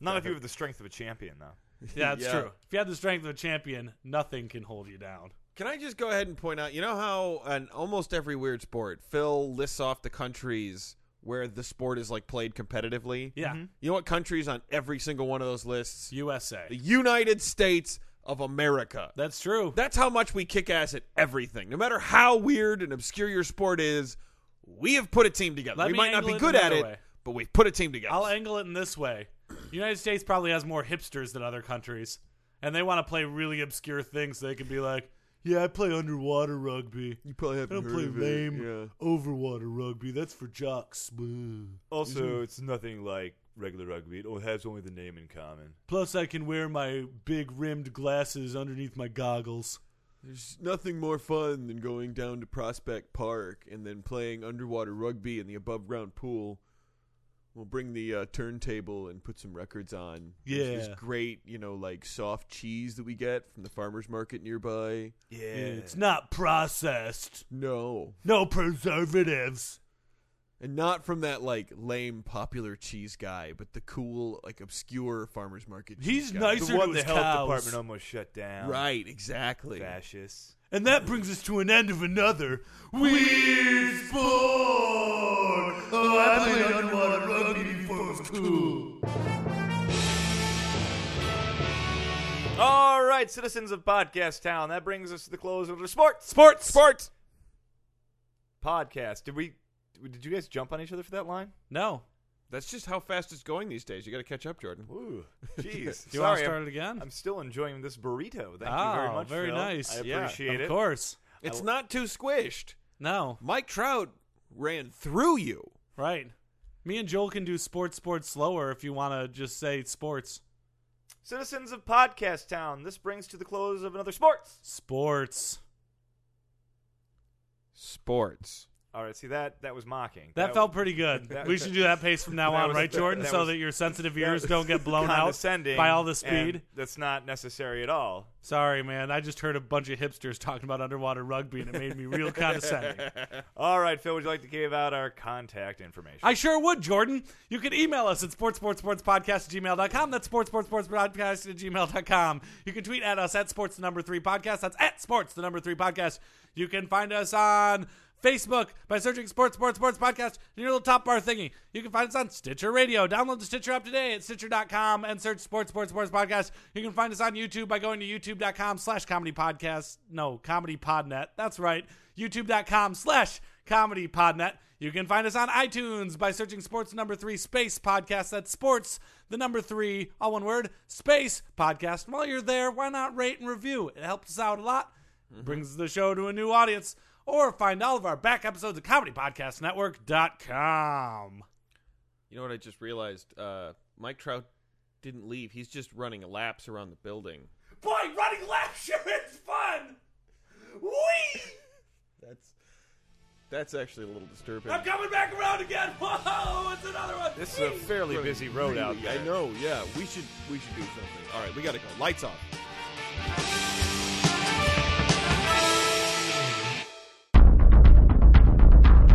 [SPEAKER 3] Not if you have the strength of a champion, though.
[SPEAKER 2] yeah, that's
[SPEAKER 1] Yeah.
[SPEAKER 2] true. If you had the strength of a champion, nothing can hold you down.
[SPEAKER 1] Can I just go ahead and point out? You know how on almost every weird sport, Phil lists off the countries where the sport is like played competitively.
[SPEAKER 2] Yeah,
[SPEAKER 1] You know what countries on every single one of those lists?
[SPEAKER 2] USA.
[SPEAKER 1] Mm-hmm. The United States of America.
[SPEAKER 2] That's true.
[SPEAKER 1] That's how much we kick ass at everything. No matter how weird and obscure your sport is, we have put a team together.
[SPEAKER 2] Let
[SPEAKER 1] we
[SPEAKER 2] me
[SPEAKER 1] might not
[SPEAKER 2] angle
[SPEAKER 1] be
[SPEAKER 2] it
[SPEAKER 1] good at
[SPEAKER 2] another
[SPEAKER 1] it,
[SPEAKER 2] way.
[SPEAKER 1] but we've put a team together.
[SPEAKER 2] I'll angle it in this way. United States probably has more hipsters than other countries, and they want to play really obscure things. So they can be like, "Yeah, I play underwater rugby.
[SPEAKER 1] you probably
[SPEAKER 2] I don't play lame overwater rugby. That's for jocks. Boo. Mm-hmm.
[SPEAKER 3] Also, it's nothing like regular rugby. It has only the name in common.
[SPEAKER 2] Plus, I can wear my big rimmed glasses underneath my goggles.
[SPEAKER 1] There's nothing more fun than going down to Prospect Park and then playing underwater rugby in the above ground pool. We'll bring the uh, turntable and put some records on. There's
[SPEAKER 2] Yeah.
[SPEAKER 1] this great, you know, like soft cheese that we get from the farmer's market nearby.
[SPEAKER 3] Yeah.
[SPEAKER 2] It's not processed.
[SPEAKER 1] No.
[SPEAKER 2] No preservatives.
[SPEAKER 1] And not from that like lame popular cheese guy, but the cool, like obscure farmer's market
[SPEAKER 2] He's
[SPEAKER 1] cheese guy.
[SPEAKER 2] nice.
[SPEAKER 3] the
[SPEAKER 2] Sure, it
[SPEAKER 3] one
[SPEAKER 2] was
[SPEAKER 3] the health
[SPEAKER 2] cows.
[SPEAKER 3] department almost shut down.
[SPEAKER 1] Right, exactly.
[SPEAKER 3] Fascists.
[SPEAKER 2] And that brings us to an end of another Weird Sport. Oh, I played underwater rugby before it was cool.
[SPEAKER 3] All right, citizens of Podcast Town, that brings us to the close of the sports
[SPEAKER 1] Sports Sports
[SPEAKER 3] podcast. Did we? Did you guys jump on each other for that line?
[SPEAKER 2] No.
[SPEAKER 1] That's just how fast it's going these days. You gotta catch up, Jordan.
[SPEAKER 3] Ooh, jeez.
[SPEAKER 2] Do you want
[SPEAKER 3] Sorry,
[SPEAKER 2] to start
[SPEAKER 3] I'm,
[SPEAKER 2] it again?
[SPEAKER 3] I'm still enjoying this burrito. Thank you
[SPEAKER 2] Ah,
[SPEAKER 3] very much.
[SPEAKER 2] very
[SPEAKER 3] Phil.
[SPEAKER 2] nice.
[SPEAKER 3] I
[SPEAKER 2] Yeah,
[SPEAKER 3] appreciate
[SPEAKER 2] of
[SPEAKER 3] it.
[SPEAKER 2] course.
[SPEAKER 1] It's not too squished.
[SPEAKER 2] No.
[SPEAKER 1] Mike Trout ran through you.
[SPEAKER 2] Right. Me and Joel can do sports, sports slower if you want to just say sports.
[SPEAKER 3] Citizens of Podcast Town, this brings to the close of another sports.
[SPEAKER 2] Sports.
[SPEAKER 1] Sports.
[SPEAKER 3] All right, see that that was mocking.
[SPEAKER 2] That, felt pretty good.
[SPEAKER 3] that-
[SPEAKER 2] we should do that pace from now
[SPEAKER 3] that
[SPEAKER 2] on,
[SPEAKER 3] was-
[SPEAKER 2] right,
[SPEAKER 3] that-
[SPEAKER 2] Jordan?
[SPEAKER 3] that
[SPEAKER 2] so
[SPEAKER 3] was-
[SPEAKER 2] that your sensitive ears don't get blown out
[SPEAKER 3] condescending
[SPEAKER 2] by all the
[SPEAKER 3] and
[SPEAKER 2] speed.
[SPEAKER 3] That's not necessary at all.
[SPEAKER 2] Sorry, man. I just heard a bunch of hipsters talking about underwater rugby, and it made me real condescending.
[SPEAKER 3] All right, Phil, would you like to give out our contact information?
[SPEAKER 2] I sure would, Jordan. You can email us at sportsportsportspodcast at gmail.com. That's sportsportsportspodcast at gmail.com. You can tweet at us at sports the number three podcast. That's at sports the number three podcast. You can find us on Facebook by searching Sports Sports Sports Podcast in your little top bar thingy. You can find us on Stitcher Radio. Download the Stitcher app today at Stitcher.com and search Sports Sports Sports Podcast. You can find us on YouTube by going to youtube.com slash comedy podcast. No, comedy podnet. That's right. YouTube.com slash comedy podnet. You can find us on iTunes by searching Sports Number Three Space Podcast. That's Sports, the number three, all one word, Space Podcast. And while you're there, why not rate and review? It helps us out a lot, brings the show to a new audience. Or find all of our back episodes at comedypodcastnetwork.com.
[SPEAKER 1] You know what I just realized? Uh, Mike Trout didn't leave. He's just running laps around the building.
[SPEAKER 2] Boy, running laps sure is fun! Whee!
[SPEAKER 1] That's that's actually a little disturbing.
[SPEAKER 2] coming back around again! Whoa, it's another one!
[SPEAKER 3] this is a fairly busy road out there.
[SPEAKER 1] I know. Yeah, we should we should do something. All right, we gotta go. Lights off.